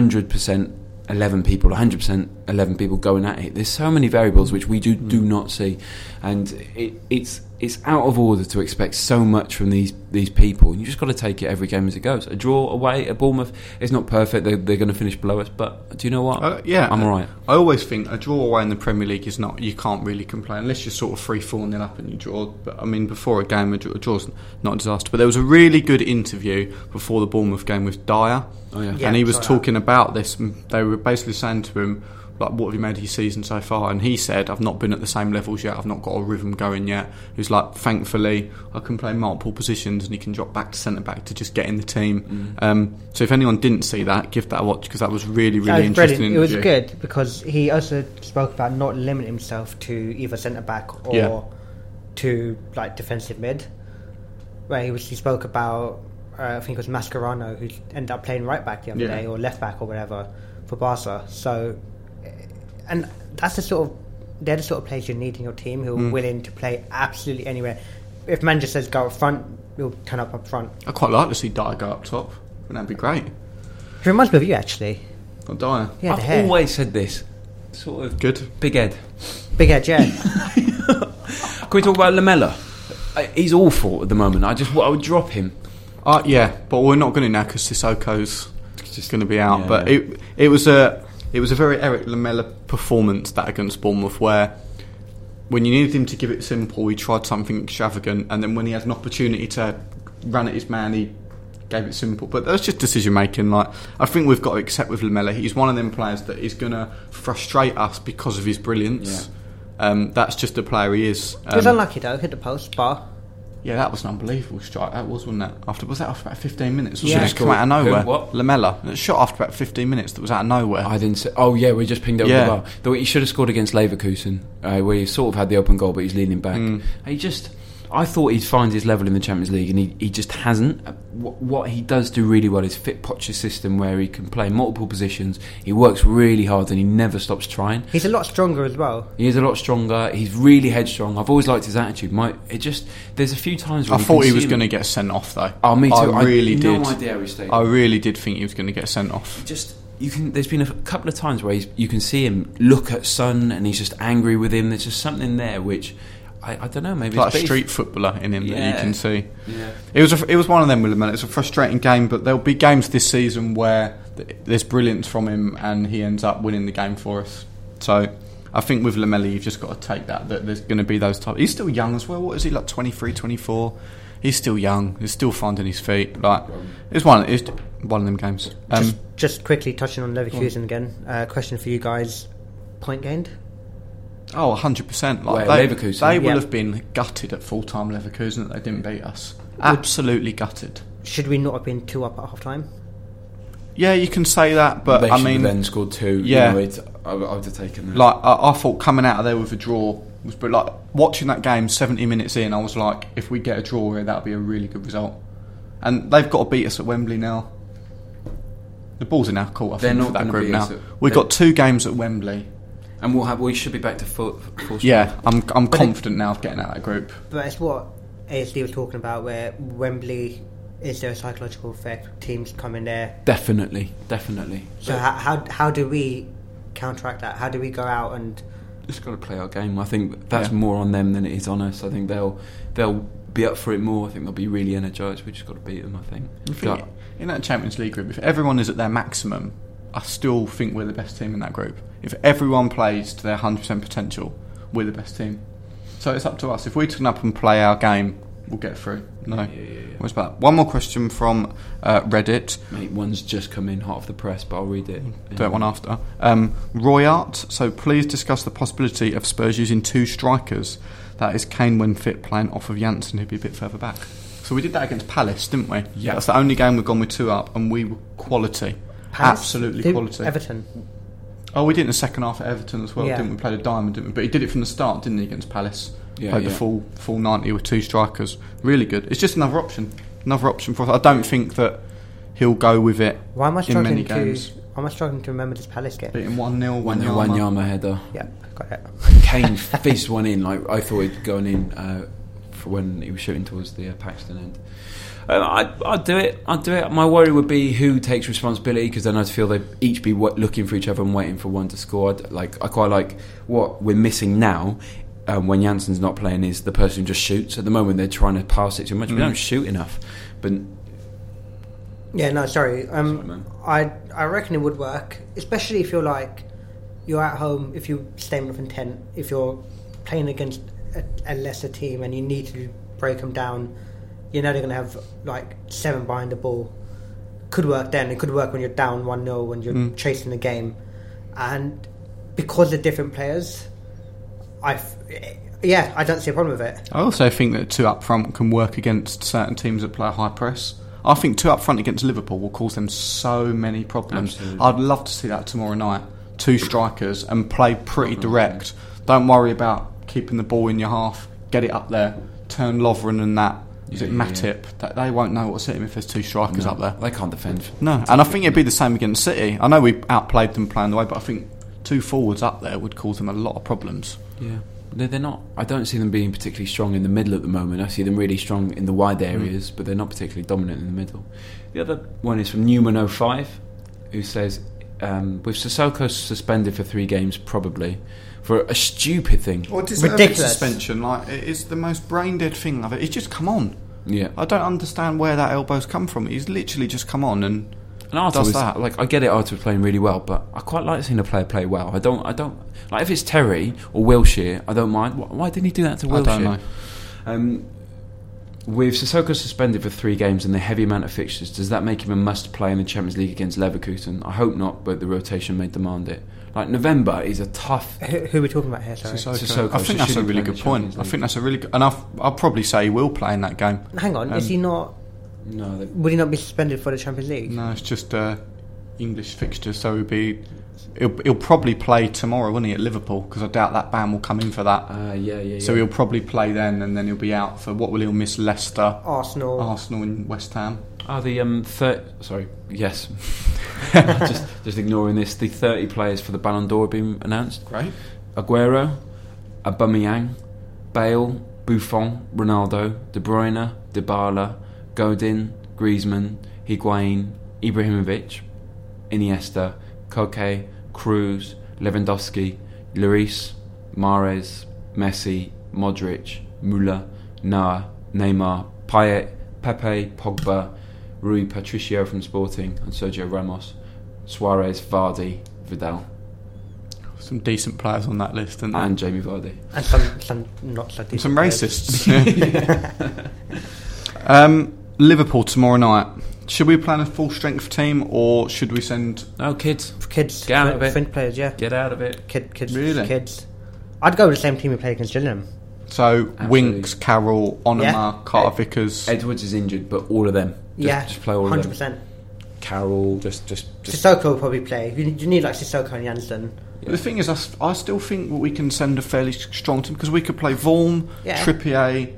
Speaker 3: 100% 11 people, 100% 11 people going at it. There's so many variables which we do,
Speaker 2: Mm.
Speaker 3: do not see. And it, it's, it's out of order to expect so much from these, these people. And you just got to take it every game as it goes. A draw away at Bournemouth is not perfect. They, they're going to finish below us. But do you know what?
Speaker 2: Uh, yeah,
Speaker 3: I'm all right.
Speaker 2: I always think a draw away in the Premier League is not. You can't really complain unless you're sort of three four nil up and you draw. But I mean, before a game, a, draw, a draw's not a disaster. But there was a really good interview before the Bournemouth game with Dyer.
Speaker 3: Oh, yeah.
Speaker 4: Yeah,
Speaker 2: and he was
Speaker 4: saw that.
Speaker 2: talking about this. And they were basically saying to him, like, "What have you made of your season so far?" And he said, "I've not been at the same levels yet. I've not got a rhythm going yet." He was like, "Thankfully, I can play multiple positions, and he can drop back to centre back to just get in the team."
Speaker 3: Mm.
Speaker 2: Um, so if anyone didn't see that, give that a watch because that was really, really
Speaker 4: That was
Speaker 2: interesting.
Speaker 4: brilliant. It was
Speaker 2: interview.
Speaker 4: good because he also spoke about not limiting himself to either centre back or
Speaker 2: Yeah.
Speaker 4: to like defensive mid. Where he was, he spoke about uh, I think it was Mascherano who ended up playing right back the other
Speaker 2: Yeah.
Speaker 4: day or left back or whatever for Barca. So, eh, and that's the sort of they're the sort of players you need in your team who are
Speaker 2: Mm.
Speaker 4: willing to play absolutely anywhere. If manager says go up front, he'll turn up up front.
Speaker 2: I quite like to see Dyer go up top. Wouldn't that be great?
Speaker 4: He reminds me of you actually.
Speaker 2: Not Dyer.
Speaker 4: Yeah, the
Speaker 3: I've
Speaker 4: hair,
Speaker 3: always said this. Sort of
Speaker 2: Good.
Speaker 3: big head.
Speaker 4: big edge.
Speaker 2: [laughs]
Speaker 4: Yeah,
Speaker 3: Can we talk about Lamella? I, he's awful at the moment. I just I would drop him.
Speaker 2: Uh, yeah, but we're not going to now because Sissoko's just going to be out.
Speaker 3: Yeah.
Speaker 2: but it it was a it was a very Eric Lamella performance that against Bournemouth, where when you needed him to give it simple, he tried something extravagant, and then when he had an opportunity to run at his man, he gave it simple. But that's just decision making. Like I think we've got to accept with Lamella, he's one of them players that is going to frustrate us because of his brilliance. Um, that's just the player he is.
Speaker 4: he was
Speaker 2: Um,
Speaker 4: unlucky though. Hit the post, bar.
Speaker 2: yeah, that was an unbelievable strike. That was, wasn't it? After was that after about fifteen minutes? Wasn't
Speaker 3: Yeah.
Speaker 2: it? Come out of
Speaker 3: Who?
Speaker 2: nowhere.
Speaker 3: What?
Speaker 2: Lamella. It shot after about fifteen minutes. That was out of nowhere.
Speaker 3: I didn't. Say, oh yeah, we just pinged over
Speaker 2: Yeah.
Speaker 3: the bar. Though he should have scored against Leverkusen, uh, where he sort of had the open goal, but he's leaning back.
Speaker 2: Mm.
Speaker 3: He just. I thought he'd find his level in the Champions League, and he, he just hasn't. Uh, wh- What he does do really well is fit Potcher's system, where he can play multiple positions. He works really hard, and he never stops trying.
Speaker 4: He's a lot stronger as well.
Speaker 3: He is a lot stronger. He's really headstrong. I've always liked his attitude. My, it just there's a few times
Speaker 2: I
Speaker 3: when you
Speaker 2: thought
Speaker 3: can
Speaker 2: he
Speaker 3: see
Speaker 2: was
Speaker 3: him-
Speaker 2: going to get sent off though.
Speaker 3: Oh, me too.
Speaker 2: I really
Speaker 3: had
Speaker 2: did.
Speaker 3: No idea how he stayed.
Speaker 2: I really did think he was going to get sent off.
Speaker 3: just you can. There's been a couple of times where he's, you can see him look at Sun, and he's just angry with him. There's just something there which I, I don't know. Maybe
Speaker 2: Like
Speaker 3: it's
Speaker 2: a
Speaker 3: beef.
Speaker 2: street footballer in him that you
Speaker 3: Yeah.
Speaker 2: can see.
Speaker 3: Yeah.
Speaker 2: It was a, it was one of them with Lamella. It's a frustrating game, but there'll be games this season where th- there's brilliance from him and he ends up winning the game for us. So I think with Lamella, you've just got to take that that there's going to be those type. He's still young as well. What is he like? 23, 24? He's still young. He's still finding his feet. Like it's one it's one of them games. Um,
Speaker 4: Just, just quickly touching on Leverkusen again. Uh, question for you guys: point gained?
Speaker 2: oh, 100%. Like
Speaker 3: Where,
Speaker 2: they,
Speaker 3: Leverkusen?
Speaker 2: they will
Speaker 4: Yeah.
Speaker 2: have been gutted at full time Leverkusen that they didn't beat us. Absolutely gutted.
Speaker 4: Should we not have been two up at half time?
Speaker 2: Yeah, you can say that, but
Speaker 3: they
Speaker 2: I
Speaker 3: should have
Speaker 2: mean,
Speaker 3: then scored two.
Speaker 2: yeah.
Speaker 3: you know, it's, I, I would have taken that.
Speaker 2: Like I, I thought, coming out of there with a draw was, but like watching that game seventy minutes in, I was like, if we get a draw here, that'll be a really good result. And they've got to beat us at Wembley now. The ball's in our court. I
Speaker 3: They're
Speaker 2: think
Speaker 3: not
Speaker 2: for that
Speaker 3: gonna
Speaker 2: group
Speaker 3: beat
Speaker 2: now.
Speaker 3: us at-
Speaker 2: We've
Speaker 3: they-
Speaker 2: got two games at Wembley.
Speaker 3: and we'll have we should be back to full. full strength.
Speaker 2: Yeah, I'm I'm confident now of getting out of that group.
Speaker 4: But it's what ASD was talking about, where Wembley is there a psychological effect? Teams come in there.
Speaker 3: definitely, definitely.
Speaker 4: So how, how how do we counteract that? How do we go out and
Speaker 3: just got to play our game. I think that's
Speaker 2: Yeah.
Speaker 3: more on them than it is on us. I think they'll they'll be up for it more. I think they'll be really energised. We just got to beat them. I think.
Speaker 2: think
Speaker 3: Like,
Speaker 2: in that Champions League group, if everyone is at their maximum, I still think we're the best team in that group. If everyone plays to their 100% potential, we're the best team. So it's up to us. If we turn up and play our game, we'll get through. No. What's that? One more question from uh, Reddit.
Speaker 3: Mate, one's just come in hot off the press, but I'll read it.
Speaker 2: Do that one after. Um, Royart, so please discuss the possibility of Spurs using two strikers. That is Kane when fit, playing off of Janssen, who'd be a bit further back. So we did that against Palace, didn't we?
Speaker 3: Yeah.
Speaker 2: That's the only game we've gone with two up, and we were quality.
Speaker 4: Palace-
Speaker 2: Absolutely
Speaker 4: Did-
Speaker 2: quality.
Speaker 4: Everton?
Speaker 2: oh, we did in the second half at Everton as well,
Speaker 4: Yeah.
Speaker 2: didn't we? Played a diamond, didn't we? But he did it from the start, didn't he, against Palace?
Speaker 3: Yeah,
Speaker 2: Played the
Speaker 3: yeah.
Speaker 2: full full 90 with two strikers. Really good. It's just another option. Another option for us. I don't think that he'll go with it
Speaker 4: Why am I
Speaker 2: in many
Speaker 4: struggling to?
Speaker 2: games.
Speaker 4: Why am I struggling to remember this Palace game?
Speaker 2: Beating 1 0, 1
Speaker 3: One
Speaker 2: 0.
Speaker 3: Wanyama header.
Speaker 4: Yeah, got it.
Speaker 3: Kane fizzed one in. Like I thought he'd gone in uh, for when he was shooting towards the uh, Paxton end. Um, I, I'd do it. I'd do it. My worry would be who takes responsibility because then I'd feel they'd each be wa looking for each other and waiting for one to score. I'd, like I quite like what we're missing now um, when Janssen's not playing is the person who just shoots. At the moment, they're trying to pass it too much. We don't shoot enough. But
Speaker 4: Yeah, no, sorry.
Speaker 3: Sorry, man.
Speaker 4: Um, I I reckon it would work, especially if you're like you're at home. If you stay with intent, if you're playing against a, a lesser team and you need to break them down, you know they're gonna have like seven behind the ball. Could work then. It could work when you're down one 0 when you're chasing the game, and because they're different players, I f- yeah I don't see a problem with it.
Speaker 2: I also think that two up front can work against certain teams that play a high press. I think two up front against Liverpool will cause them so many problems.
Speaker 3: Absolutely.
Speaker 2: I'd love to see that tomorrow night. Two strikers and play pretty direct. Don't worry about keeping the ball in your half. Get it up there. Turn Lovren and that. Is
Speaker 3: Yeah,
Speaker 2: it
Speaker 3: yeah,
Speaker 2: Matip? That they won't know what's hit him if there's two strikers up there.
Speaker 3: they can't defend.
Speaker 2: No, and I think it'd be the same against City. I know we outplayed them playing the way, but I think two forwards up there would cause them a lot of problems.
Speaker 3: Yeah. No, they're not. I don't see them being particularly strong in the middle at the moment. I see them really strong in the wide areas, but they're not particularly dominant in the middle. The other one is from Newman05, who says, um, with Sissoko suspended for three games, probably, for a stupid thing.
Speaker 2: Or
Speaker 4: Ridiculous.
Speaker 2: suspension, like it is the most brain dead thing I've ever. He's just come on.
Speaker 3: Yeah.
Speaker 2: I don't understand where that elbow's come from. He's literally just come on and
Speaker 3: And Arta
Speaker 2: Does
Speaker 3: was
Speaker 2: that.
Speaker 3: like I get it. Arta was playing really well, but I quite like seeing a player play well. I don't. I don't like if it's Terry or Wilshire. I don't mind. Why, why didn't he do that to
Speaker 2: I
Speaker 3: Wilshire?
Speaker 2: don't know.
Speaker 3: Um, with Sissoko suspended for three games and the heavy amount of fixtures, does that make him a must play in the Champions League against Leverkusen? I hope not, but the rotation may demand it. Like November is a tough.
Speaker 4: Who, who are we talking about here? Sorry.
Speaker 3: Sissoko. Sissoko
Speaker 2: I think that's a
Speaker 3: shouldn't
Speaker 2: really
Speaker 3: play in
Speaker 2: good
Speaker 3: the
Speaker 2: point.
Speaker 3: Champions
Speaker 2: I
Speaker 3: League.
Speaker 2: think that's a really good, and I've, I'll probably say he will play in that game.
Speaker 4: Hang on, is
Speaker 2: Um,
Speaker 4: he not?
Speaker 3: No, they-
Speaker 4: Would he not be suspended for the Champions League?
Speaker 2: No, it's just uh, English fixture, so he'll be. He'll, he'll probably play tomorrow, won't he, at Liverpool? Because I doubt that ban will come in for that.
Speaker 3: uh, yeah, yeah, yeah.
Speaker 2: So he'll probably play then, and then he'll be out for what will he'll miss Leicester,
Speaker 4: Arsenal.
Speaker 3: Oh.
Speaker 2: Arsenal, and West Ham.
Speaker 3: Are the um thir- sorry yes, [laughs] just just ignoring this. The thirty players for the Ballon d'Or have been announced.
Speaker 2: Great.
Speaker 3: Aguero, Aubameyang, Bale, Buffon, Ronaldo, De Bruyne, Dybala, Godin, Griezmann, Higuain, Ibrahimovic, Iniesta, Koke, Cruz, Lewandowski, Lloris, Mares, Messi, Modric, Müller, Nah, Neymar, Payet, Pepe, Pogba, Rui Patricio from Sporting, and Sergio Ramos, Suarez, Vardy, Vidal,
Speaker 2: Some decent players on that list, and,
Speaker 3: and Jamie Vardy.
Speaker 4: And some, some not so
Speaker 2: and some
Speaker 4: decent
Speaker 2: racists. [laughs]
Speaker 3: [laughs]
Speaker 2: um, Liverpool tomorrow night. Should we plan a full strength team, or should we send?
Speaker 3: No kids,
Speaker 4: players. uh, Kids,
Speaker 3: Get out of it.
Speaker 4: French players, yeah.
Speaker 3: get out of it.
Speaker 4: Kid, kids,
Speaker 2: Really?
Speaker 4: kids. I'd go with the same team we played against Gillingham.
Speaker 2: So
Speaker 3: Absolutely.
Speaker 2: Winks, Carroll, Onoma,
Speaker 4: Yeah.
Speaker 2: Carter Vickers.
Speaker 3: Edwards is injured, but all of them. Just,
Speaker 4: yeah,
Speaker 3: just play all
Speaker 4: hundred
Speaker 3: of them.
Speaker 4: percent.
Speaker 3: Carroll, just, just, just.
Speaker 4: Sissoko will probably play. You, you need like Sissoko and Janssen.
Speaker 3: Yeah.
Speaker 2: The thing is, I, s- I still think we can send a fairly s- strong team because we could play Vaughan,
Speaker 4: Yeah.
Speaker 2: Trippier,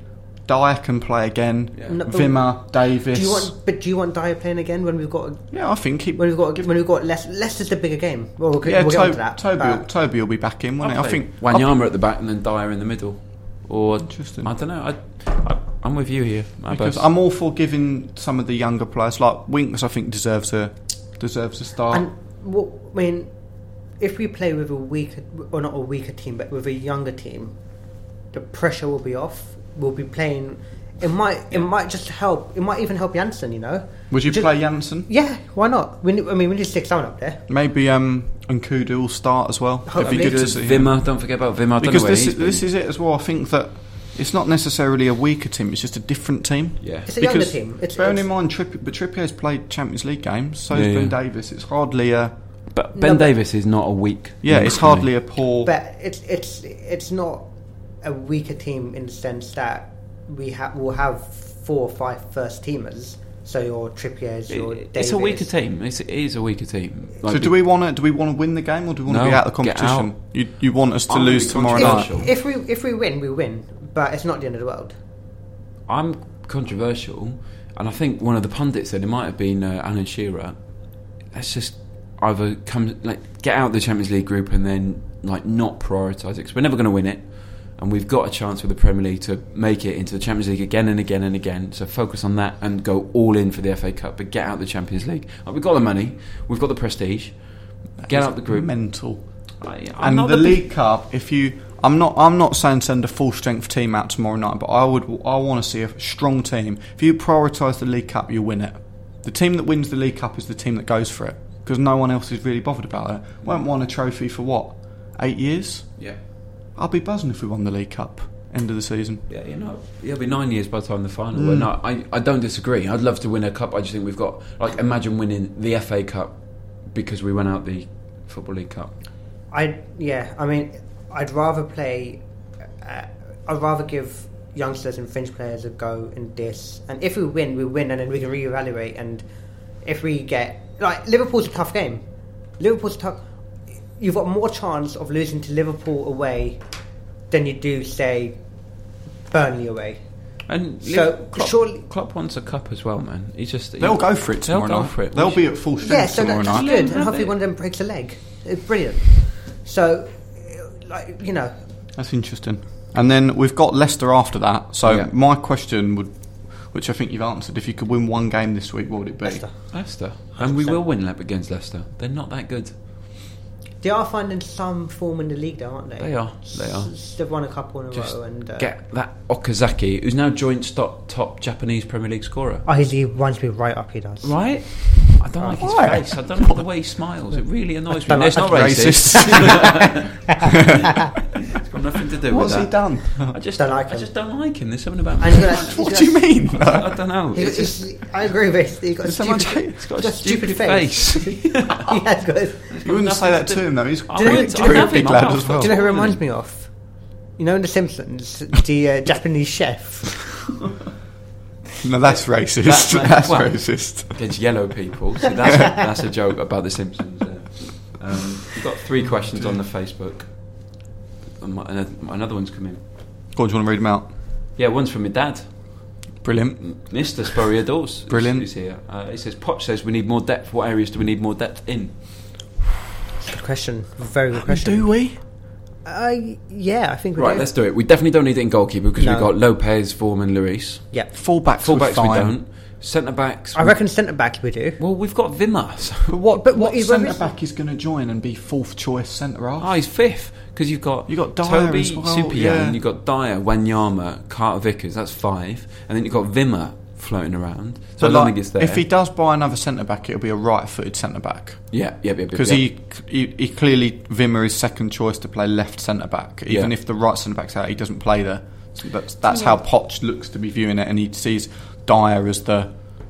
Speaker 2: Dyer can play again,
Speaker 3: Yeah.
Speaker 4: No, but-
Speaker 2: Vimmer, Davis.
Speaker 4: Do you want? But do you want Dyer playing again when we've got
Speaker 2: yeah, I think he.
Speaker 4: when we've got when we've got less? Less is the bigger game. Well, we'll,
Speaker 2: yeah,
Speaker 4: we'll get
Speaker 2: To-
Speaker 4: onto that.
Speaker 2: Toby, will,
Speaker 4: but-
Speaker 2: Toby will be back in, won't he? I think. I-
Speaker 3: Wanyama at the back and then Dyer in the middle, or
Speaker 2: Interesting.
Speaker 3: I don't know. I, I, I'm with you here. I
Speaker 2: because
Speaker 3: both-
Speaker 2: I'm all for giving some of the younger players, like Winks, I think deserves a deserves a
Speaker 3: Oh.
Speaker 2: start.
Speaker 4: And what I mean, if we play with a weaker, or not a weaker team, but with a younger team, the pressure will be off. We'll be playing. It might. It might just help. It might even help Janssen. You know.
Speaker 2: Would you
Speaker 4: Just-
Speaker 2: play Janssen?
Speaker 4: Yeah. Why not? We, need- I mean, we need six down up there.
Speaker 2: Maybe um, Nkudu will start as well. It'd be
Speaker 4: Hopefully.
Speaker 2: good to
Speaker 3: Because
Speaker 2: see him.
Speaker 3: Vimmer, don't forget about Vimmer. I don't
Speaker 2: Because
Speaker 3: know where
Speaker 2: this
Speaker 3: he's
Speaker 2: is, this
Speaker 3: been.
Speaker 2: is it as well. I think that it's not necessarily a weaker team; it's just a different team.
Speaker 3: yeah.
Speaker 4: It's a younger
Speaker 2: Because
Speaker 4: team. It's,
Speaker 2: bearing
Speaker 4: it's-
Speaker 2: in mind, Tripp- but Trippier's played Champions League games, so
Speaker 3: Yeah,
Speaker 2: has Ben
Speaker 3: yeah.
Speaker 2: Davis. It's hardly a
Speaker 3: But
Speaker 4: No,
Speaker 3: Ben
Speaker 4: but-
Speaker 3: Davis is not a weak.
Speaker 2: yeah,
Speaker 3: link
Speaker 2: it's
Speaker 3: for me.
Speaker 2: hardly a poor.
Speaker 4: But it's it's it's not a weaker team in the sense that we ha- will have four or five first teamers. So your Trippiers, your
Speaker 3: It-
Speaker 4: Davis.
Speaker 3: It's a weaker team. It's, it is a weaker team.
Speaker 2: so do we want to do we want to win the game or do we want to
Speaker 3: No,
Speaker 2: be out of the
Speaker 3: get
Speaker 2: competition?
Speaker 3: out.
Speaker 2: You, you want us to
Speaker 3: I'm
Speaker 2: lose
Speaker 3: really
Speaker 2: tomorrow
Speaker 3: confident.
Speaker 2: night?
Speaker 3: Marshall.
Speaker 4: If, if we if we win, we win. But it's not the end of the world.
Speaker 3: I'm controversial, and I think one of the pundits said it might have been uh, Alan Shearer. Let's just either come like get out of the Champions League group and then like not prioritise it because we're never going to win it, and we've got a chance with the Premier League to make it into the Champions League again and again and again. So focus on that and go all in for the FA Cup, but get out of the Champions League. Like, we've got the money, we've got the prestige. Get out the group.
Speaker 2: Mental.
Speaker 3: I, I'm
Speaker 2: And
Speaker 3: not
Speaker 2: the
Speaker 3: big-
Speaker 2: League Cup, if you, I'm not, I'm not saying send a full strength team out tomorrow night, but I would, I want to see a strong team. If you prioritise the League Cup, you win it. The team that wins the League Cup is the team that goes for it because no one else is really bothered about it. Won't won a trophy for what, eight years?
Speaker 3: Yeah.
Speaker 2: I'll be buzzing if we won the League Cup end of the season.
Speaker 3: Yeah, you know, it'll be nine years by the time the final. Well, no, I, I don't disagree. I'd love to win a cup. I just think we've got like imagine winning the FA Cup because we went out the Football League Cup.
Speaker 4: I yeah. I mean, I'd rather play. Uh, I'd rather give youngsters and fringe players a go in this. And if we win, we win, and then we can reevaluate. And if we get like Liverpool's a tough game. Liverpool's tough. You've got more chance of losing to Liverpool away than you do say Burnley away.
Speaker 3: And
Speaker 4: So,
Speaker 3: Liv- Klopp,
Speaker 4: surely-
Speaker 3: Klopp wants a cup as well, man. He's just
Speaker 2: They'll go for it tomorrow
Speaker 3: They'll go
Speaker 2: night.
Speaker 3: for it.
Speaker 2: They'll
Speaker 3: We
Speaker 2: be
Speaker 3: should-
Speaker 2: at full strength
Speaker 4: Yeah, so
Speaker 2: tomorrow
Speaker 4: that, that's
Speaker 2: night.
Speaker 4: good.
Speaker 3: Yeah,
Speaker 4: And hopefully
Speaker 3: they-
Speaker 4: one of them breaks a leg. It's brilliant. So, uh, like you know,
Speaker 2: That's interesting. And then we've got Leicester after that. So
Speaker 3: Yeah.
Speaker 2: my question would, which I think you've answered, if you could win one game this week, what would it be?
Speaker 4: Leicester.
Speaker 3: Leicester, and we will win lap against Leicester. They're not that good.
Speaker 4: They are finding some form in the league, though, aren't they?
Speaker 3: They are. They are.
Speaker 4: S- They've won a couple in a
Speaker 3: Just
Speaker 4: row, and uh,
Speaker 3: Get that Okazaki, who's now joint top, top Japanese Premier League scorer.
Speaker 4: oh, he's- he runs me right up. He does.
Speaker 3: Right? I don't like his
Speaker 2: Why?
Speaker 3: face. I don't like the way he smiles. It really annoys me.
Speaker 4: Don't
Speaker 3: No, it's
Speaker 4: like-
Speaker 3: not racist. it's got nothing to
Speaker 2: [laughs]
Speaker 3: do
Speaker 2: What's
Speaker 3: with
Speaker 2: he
Speaker 3: that.
Speaker 2: done?
Speaker 3: I just
Speaker 4: Don't like
Speaker 3: I
Speaker 4: him.
Speaker 3: just don't like him. There's something about
Speaker 4: And he's
Speaker 3: him.
Speaker 4: got
Speaker 2: what do you mean?
Speaker 4: [laughs]
Speaker 3: I don't know.
Speaker 4: He-
Speaker 3: It's
Speaker 4: he's-
Speaker 3: just,
Speaker 4: I agree with. He got a
Speaker 3: Does someone
Speaker 4: stupid,
Speaker 3: take- it's got a
Speaker 4: just
Speaker 3: stupid
Speaker 4: [laughs]
Speaker 3: face.
Speaker 4: he has got.
Speaker 3: [laughs]
Speaker 4: a-
Speaker 2: you wouldn't say that to him though. He's
Speaker 3: I would-
Speaker 2: pretty,
Speaker 3: I love
Speaker 2: pretty big
Speaker 3: him. I
Speaker 2: lad
Speaker 3: can't
Speaker 2: as well.
Speaker 4: Do you know who
Speaker 3: Oh.
Speaker 4: it reminds me of? You know, in The Simpsons, the uh, [laughs] Japanese chef.
Speaker 2: No, that's racist.
Speaker 3: That's right.
Speaker 2: that's
Speaker 3: Well-
Speaker 2: racist.
Speaker 3: Against yellow people. So that's, a, that's a joke about The Simpsons. There. Um, we've got three questions on the Facebook. And my- and Another one's come in.
Speaker 2: Go on, do you want to read them out?
Speaker 3: Yeah, one's from my dad.
Speaker 2: Brilliant.
Speaker 3: Mr. Spurrier Dawes. is-
Speaker 2: Brilliant.
Speaker 3: Is here. Uh, it says, Poch says we need more depth. What areas do we need more depth in?
Speaker 4: Good question. Very good question.
Speaker 2: we?
Speaker 4: I yeah, I think we
Speaker 3: Right,
Speaker 4: do.
Speaker 3: let's do it. We definitely don't need it in goalkeeper because
Speaker 4: No.
Speaker 3: we've got Lopez, Foreman, Lloris.
Speaker 4: yeah.
Speaker 2: Fullbacks,
Speaker 3: Fullbacks
Speaker 2: were
Speaker 3: we
Speaker 2: fine.
Speaker 3: don't. Centre backs.
Speaker 4: I
Speaker 3: we-
Speaker 4: reckon centre back we do.
Speaker 3: Well, we've got Vimmer. So.
Speaker 2: But what?
Speaker 4: But
Speaker 2: But
Speaker 4: what
Speaker 2: what
Speaker 4: is-
Speaker 2: centre back is going to join and be fourth choice centre half?
Speaker 3: Ah, he's fifth because you've got
Speaker 2: You got Dyer
Speaker 3: Toby
Speaker 2: as well,
Speaker 3: Supian,
Speaker 2: yeah.
Speaker 3: you've got Dyer, Wanyama, Carter Vickers. That's five, and then you've got Vimmer floating around. So
Speaker 2: But,
Speaker 3: I don't
Speaker 2: like,
Speaker 3: think it's there.
Speaker 2: If he does buy another centre back, it'll be a right-footed centre back
Speaker 3: yeah, yeah, yeah,
Speaker 2: because
Speaker 3: yeah.
Speaker 2: he, he he clearly Vimmer is second choice to play left centre back. Even
Speaker 3: Yeah.
Speaker 2: if the right centre back's out, he doesn't play there. So that's that's how Poch looks to be viewing it, and he sees Dyer as the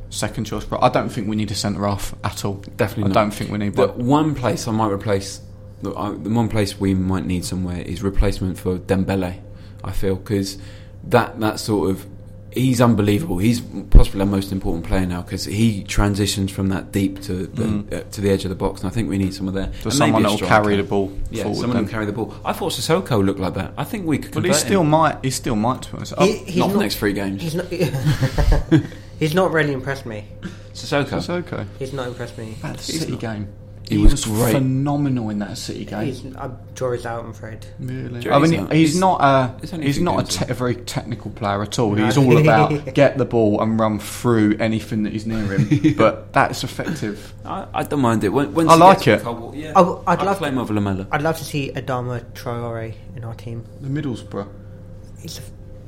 Speaker 2: second choice. But I don't think we need a centre half at all.
Speaker 3: Definitely
Speaker 2: I
Speaker 3: not.
Speaker 2: don't think we need
Speaker 3: The
Speaker 2: one.
Speaker 3: one place I might replace, the, I the one place we might need somewhere is replacement for Dembele. I feel because that that sort of he's unbelievable. He's possibly our most important player now because he transitions from that deep to the, uh, to the edge of the box, and I think we need someone there.
Speaker 2: Mm. So
Speaker 3: And
Speaker 2: someone
Speaker 3: maybe a
Speaker 2: that'll carry
Speaker 3: striker.
Speaker 2: the ball
Speaker 3: Yeah,
Speaker 2: forward.
Speaker 3: someone
Speaker 2: then.
Speaker 3: who carry the ball. I thought Sissoko looked like that. I think we could.
Speaker 2: Well, he
Speaker 3: convert
Speaker 2: still
Speaker 3: him.
Speaker 2: might. He still might. To be honest.
Speaker 4: He-
Speaker 2: Oh,
Speaker 4: he's
Speaker 3: not the
Speaker 4: not-
Speaker 3: next three games.
Speaker 4: He's not. [laughs] he's not really impressed me.
Speaker 3: Sissoko.
Speaker 2: it's okay.
Speaker 4: He's not impressed me.
Speaker 2: That
Speaker 3: He's
Speaker 2: City
Speaker 3: not-
Speaker 2: game.
Speaker 3: He
Speaker 2: He,
Speaker 3: was
Speaker 2: was,
Speaker 3: great.
Speaker 2: phenomenal in that City game.
Speaker 4: He's, I draw his out, I'm afraid.
Speaker 2: Really?
Speaker 3: Sure,
Speaker 2: I
Speaker 3: he's
Speaker 2: mean,
Speaker 3: not.
Speaker 2: he's,
Speaker 3: He's-
Speaker 2: not
Speaker 3: he's
Speaker 2: a
Speaker 3: only
Speaker 2: he's
Speaker 3: two
Speaker 2: not a,
Speaker 3: games
Speaker 2: te- a very technical player at all.
Speaker 4: No.
Speaker 2: He's all about get the ball and run through anything that is near him. but that's effective.
Speaker 3: I, I don't mind it. When, once
Speaker 2: I
Speaker 3: he
Speaker 2: like
Speaker 3: gets the
Speaker 2: it.
Speaker 3: cold- yeah.
Speaker 4: Oh, I'd
Speaker 3: I'd
Speaker 4: love-
Speaker 3: play him over Lamella.
Speaker 4: I'd love to see Adama Traore in our team.
Speaker 2: The [laughs] Middlesbrough.
Speaker 4: He's a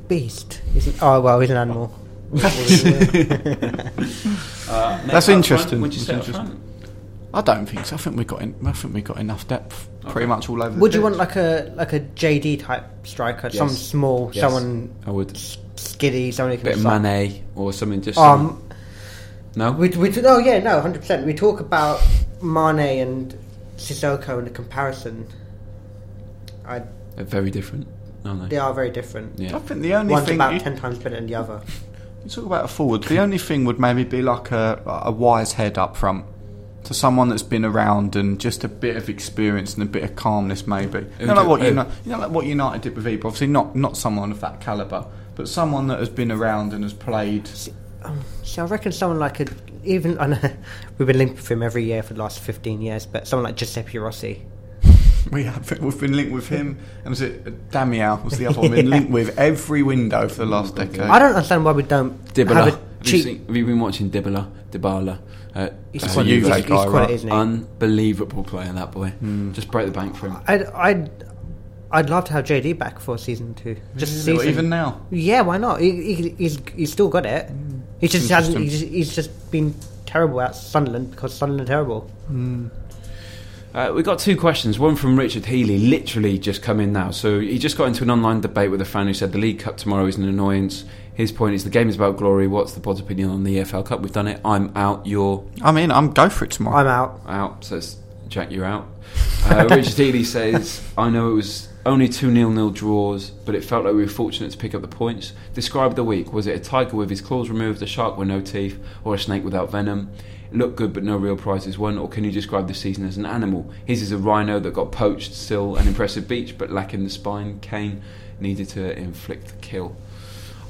Speaker 4: beast. He's an, oh well, he's an
Speaker 3: [laughs]
Speaker 4: animal.
Speaker 3: Uh, next
Speaker 2: That's
Speaker 3: up front,
Speaker 2: interesting.
Speaker 3: would you say
Speaker 2: That's
Speaker 3: up front?
Speaker 2: I don't think so. I think we got in, I think we got enough depth, pretty much all over. the
Speaker 4: Would you
Speaker 2: pitch.
Speaker 4: want like a like a JD type striker? Some
Speaker 3: Yes.
Speaker 4: small,
Speaker 3: Yes.
Speaker 4: someone
Speaker 3: I would.
Speaker 4: skiddy, someone who can
Speaker 3: bit of
Speaker 4: suck.
Speaker 3: Mane or something. Just
Speaker 4: Um,
Speaker 3: some- no.
Speaker 4: We, we, oh yeah, no, hundred percent. We talk about Mane and Sissoko in the comparison. I,
Speaker 3: They're very different, aren't
Speaker 4: they
Speaker 3: they?
Speaker 4: are very different.
Speaker 3: Yeah.
Speaker 2: I think the only
Speaker 4: One's
Speaker 2: thing
Speaker 4: about
Speaker 2: you,
Speaker 4: ten times better than the other.
Speaker 2: you talk about a forward. The only thing would maybe be like a a wise head up front. To someone that's been around and just a bit of experience and a bit of calmness, maybe. You know,
Speaker 3: do-
Speaker 2: like what
Speaker 3: who?
Speaker 2: you know, you know, like what United did with Ibra. Obviously, not not someone of that caliber, but someone that has been around and has played.
Speaker 4: So I reckon someone like a even I know [laughs] we've been linked with him every year for the last fifteen years, but someone like Giuseppe Rossi.
Speaker 2: We have we've been linked with him, and was it Damiao was the other one?
Speaker 3: [laughs]
Speaker 2: We've been linked with every window for the last decade.
Speaker 4: I don't understand why we don't
Speaker 3: Dibala.
Speaker 4: have
Speaker 3: Have,
Speaker 4: a
Speaker 3: you
Speaker 4: cheap.
Speaker 3: seen- have you been watching Dibala? Dibala. Uh,
Speaker 4: He's
Speaker 2: That's
Speaker 3: uh,
Speaker 2: a
Speaker 4: quality,
Speaker 2: UK
Speaker 4: he's, he's
Speaker 2: guy,
Speaker 4: quality,
Speaker 2: right?
Speaker 4: isn't he?
Speaker 3: unbelievable player, that boy.
Speaker 4: Hmm.
Speaker 3: Just break the bank for him.
Speaker 4: I'd, I'd I'd love to have JD back for season two. Just
Speaker 2: Or
Speaker 4: season.
Speaker 2: even now.
Speaker 4: Yeah, why not? He, he, he's he's still got it. He just hasn't. He's,
Speaker 2: Hmm. Interesting.
Speaker 4: he's just been terrible at Sunderland because Sunderland are terrible.
Speaker 3: Uh, we got two questions. One from Richard Healy, literally just come in now. So he just got into an online debate with a fan who said the League Cup tomorrow is an annoyance. His point is the game is about glory. What's the pod's opinion on the EFL Cup? We've done it. I'm out. You're
Speaker 2: I mean, I'm go for it tomorrow.
Speaker 4: I'm out.
Speaker 3: out. Says Jack, you're out. Uh, Richard Healy says, I know it was only two nil nil draws, but it felt like we were fortunate to pick up the points. Describe the week. Was it a tiger with his claws removed, a shark with no teeth, or a snake without venom? It looked good, but no real prizes won. Or can you describe the season as an animal? His is a rhino that got poached, still an impressive beach, but lacking the spine. Kane needed to inflict the kill.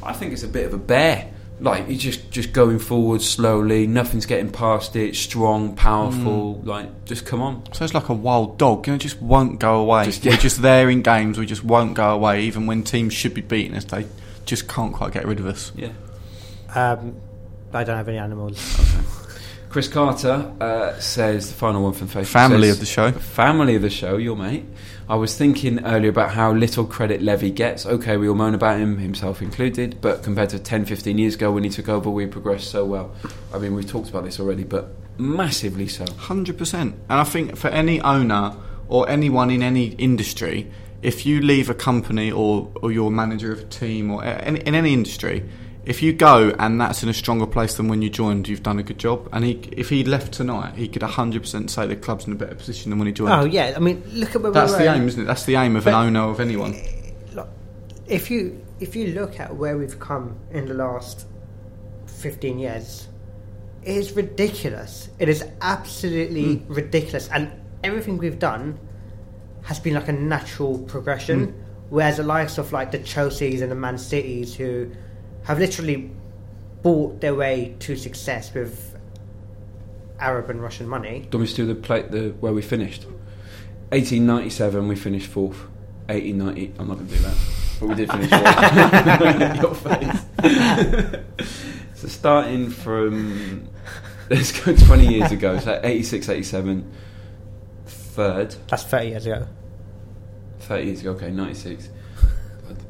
Speaker 3: I think it's a bit of a bear. like he's just just going forward slowly. Nothing's getting past it. Strong, powerful.
Speaker 2: Mm.
Speaker 3: Like just come on.
Speaker 2: So it's like a wild dog, you know, it just won't go away.
Speaker 3: Just-
Speaker 2: We're just there in games, we just won't go away, even when teams should be beating us, they just can't quite get rid of us.
Speaker 3: Yeah.
Speaker 4: Um, I don't have any animals.
Speaker 3: Chris Carter uh, says the final one from Facebook.
Speaker 2: Family
Speaker 3: says-
Speaker 2: of the show.
Speaker 3: Family of the show, your mate. I was thinking earlier about how little credit Levy gets. Okay, we all moan about him, himself included, but compared to 10, 15 years ago when he took over, we progressed so well. I mean, we've talked about this already, but massively so.
Speaker 2: Hundred percent. And I think for any owner or anyone in any industry, if you leave a company or or you're a manager of a team or a- any, in any industry, if you go and that's in a stronger place than when you joined, you've done a good job. And he, if he left tonight, he could hundred percent say the club's in a better position than when he joined.
Speaker 4: Oh yeah, I mean, look at where
Speaker 2: that's
Speaker 4: we were.
Speaker 2: the aim, isn't it? That's the aim of an
Speaker 4: But-
Speaker 2: owner of anyone.
Speaker 4: Look, if you if you look at where we've come in the last fifteen years, it is ridiculous. It is absolutely ridiculous, and everything we've done has been like a natural progression. Whereas the likes of like the Chelseas and the Man Cities, who have literally bought their way to success with Arab and Russian money.
Speaker 3: Do we still the plate the where we finished? 1897, we finished fourth. 1890, I'm not going to do that. But we did finish fourth. [laughs] Your face. so starting from, [laughs] let's go 20 years ago, so 86, 87, third,
Speaker 4: That's thirty years ago.
Speaker 3: 30 years ago, okay, 96.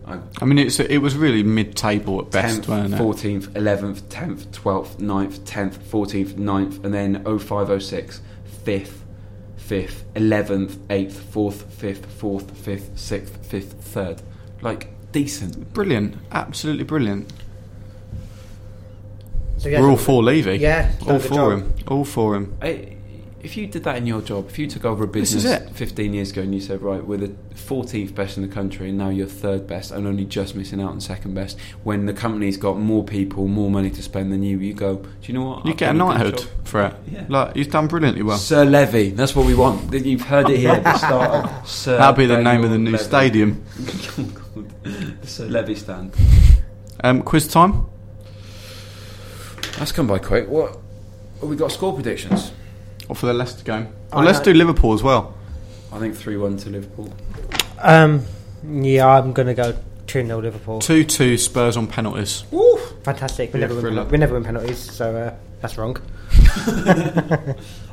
Speaker 3: I,
Speaker 2: I mean, it's it was really mid-table at best, eh?
Speaker 3: 10th,
Speaker 2: weren't it?
Speaker 3: 14th, 11th, 10th, 12th, 9th, 10th, 14th, 9th, and then 0506, 5th, 5th, 11th, 8th, 4th, 5th, 4th, 5th, 6th, 5th, 3rd. Like, decent.
Speaker 2: Brilliant, absolutely brilliant.
Speaker 4: So yeah,
Speaker 2: We're all for Levy.
Speaker 4: Yeah, he's done
Speaker 2: all
Speaker 4: a good
Speaker 2: for
Speaker 4: job.
Speaker 2: him. All for him.
Speaker 3: I, Eh, if you did that in your job, if you took over a
Speaker 2: This is
Speaker 3: business
Speaker 2: it.
Speaker 3: 15 years ago and you said, right, we're the 14th best in the country and now you're third best and only just missing out on second best, when the company's got more people, more money to spend than you, you go, do you know what?
Speaker 2: You
Speaker 3: I've
Speaker 2: get a
Speaker 3: done good
Speaker 2: knighthood
Speaker 3: job."
Speaker 2: for it.
Speaker 3: Yeah.
Speaker 2: Like he's done brilliantly well.
Speaker 3: Sir Levy. That's what we want. Th- You've heard it here at
Speaker 2: [laughs]
Speaker 3: the start. Of Sir
Speaker 2: That'll be the name of
Speaker 3: Daniel
Speaker 2: the new
Speaker 3: Levy.
Speaker 2: stadium.
Speaker 3: Oh, God. [laughs] The Sir Levy stand.
Speaker 2: Um, quiz time.
Speaker 3: That's come by quick. What? Have we got score predictions?
Speaker 2: Or for the Leicester game.
Speaker 4: I
Speaker 2: Or let's
Speaker 4: know.
Speaker 2: do Liverpool as well.
Speaker 3: I think 3 1 to Liverpool.
Speaker 4: Um, yeah, I'm gonna go two 0 Liverpool.
Speaker 2: 2 2 Spurs on penalties.
Speaker 4: Fantastic. We
Speaker 2: Yeah,
Speaker 4: never, win
Speaker 2: thriller.
Speaker 4: penal- we never win penalties, so uh, that's wrong.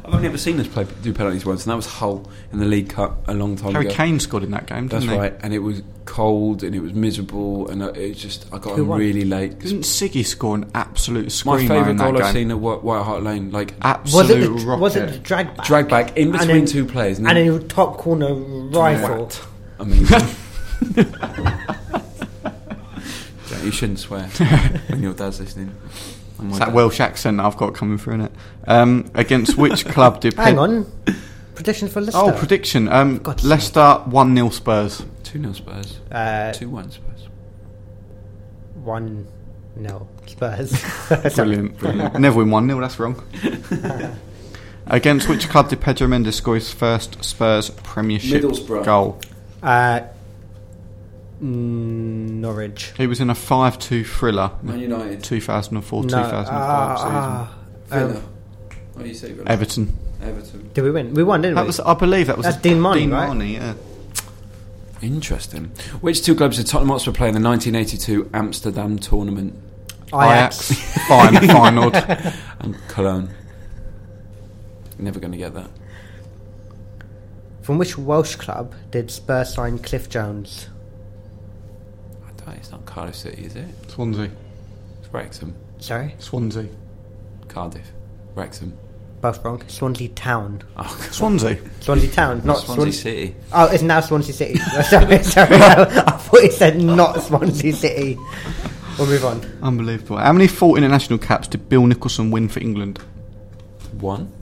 Speaker 3: I've only ever seen us play do penalties once, and that was Hull in the League Cup a long time
Speaker 2: Harry
Speaker 3: ago.
Speaker 2: Kane scored in that game, didn't
Speaker 3: That's
Speaker 2: he?
Speaker 3: right, and it was cold and it was miserable, and uh, it was just I got
Speaker 4: Who
Speaker 3: home
Speaker 4: won?
Speaker 3: really late. 'cause
Speaker 2: Didn't Siggy score an absolute
Speaker 3: My
Speaker 2: screamer
Speaker 3: favourite
Speaker 2: in that
Speaker 3: goal
Speaker 2: game?
Speaker 3: I've seen at Whi- White Hart Lane, like
Speaker 2: Absolute
Speaker 4: Was it, the,
Speaker 2: rocket.
Speaker 4: was it the drag back?
Speaker 3: drag back in
Speaker 4: And
Speaker 3: between
Speaker 4: then-
Speaker 3: two players,
Speaker 4: And then your top corner rifle.
Speaker 3: I mean,
Speaker 2: [laughs]
Speaker 3: Jack, you shouldn't swear when your dad's listening. And my
Speaker 2: It's that
Speaker 3: dad-
Speaker 2: Welsh accent that I've got coming through in it. Um, against
Speaker 4: [laughs]
Speaker 2: which club did
Speaker 4: Hang
Speaker 2: Pep-
Speaker 4: on. Predictions for Leicester.
Speaker 2: Oh, prediction. Um,
Speaker 4: God's sake.
Speaker 2: Leicester 1 0 Spurs.
Speaker 3: 2 0 Spurs.
Speaker 4: Uh,
Speaker 3: 2 1 Spurs.
Speaker 4: One, no.
Speaker 2: [laughs]
Speaker 4: Spurs. [laughs]
Speaker 2: Brilliant. brilliant. Never win 1 0, that's wrong. Against which club did Pedro Mendes score his first Spurs Premiership
Speaker 3: Middlesbrough.
Speaker 2: goal?
Speaker 4: uh, mm, Norwich.
Speaker 2: He was in a 5 2 thriller.
Speaker 3: Man United.
Speaker 2: 2004
Speaker 4: no.
Speaker 2: 2005 season.
Speaker 4: ah, ah, um,
Speaker 3: Villa. What do you say, Villa?
Speaker 2: Everton.
Speaker 3: Everton.
Speaker 4: did we win? We won, didn't
Speaker 2: That
Speaker 4: we?
Speaker 2: was, I believe, that was
Speaker 4: That's Dean Marnie,
Speaker 2: Dean
Speaker 4: right?
Speaker 2: Marnie, yeah.
Speaker 3: Interesting. Which two clubs did Tottenham Hotspur play in the 1982 Amsterdam tournament?
Speaker 2: Ajax, [laughs] fine,
Speaker 4: [laughs]
Speaker 2: finaled.
Speaker 3: And Cologne. Never going to get that.
Speaker 4: From which Welsh club did Spurs sign Cliff Jones?
Speaker 3: I don't- It's not Cardiff City, is it?
Speaker 2: Swansea,
Speaker 3: It's Wrexham.
Speaker 4: Sorry?
Speaker 2: Swansea,
Speaker 3: Cardiff. Wrexham.
Speaker 4: Both wrong. Swansea Town.
Speaker 3: Oh, God.
Speaker 2: Swansea.
Speaker 4: Swansea Town, not
Speaker 3: Swansea
Speaker 4: Swansea.
Speaker 3: City.
Speaker 4: Oh, it's now Swansea City. [laughs] sorry, sorry. I thought it said not Swansea City. We'll move on.
Speaker 2: Unbelievable. How many full international caps did Bill Nicholson win for England?
Speaker 3: One.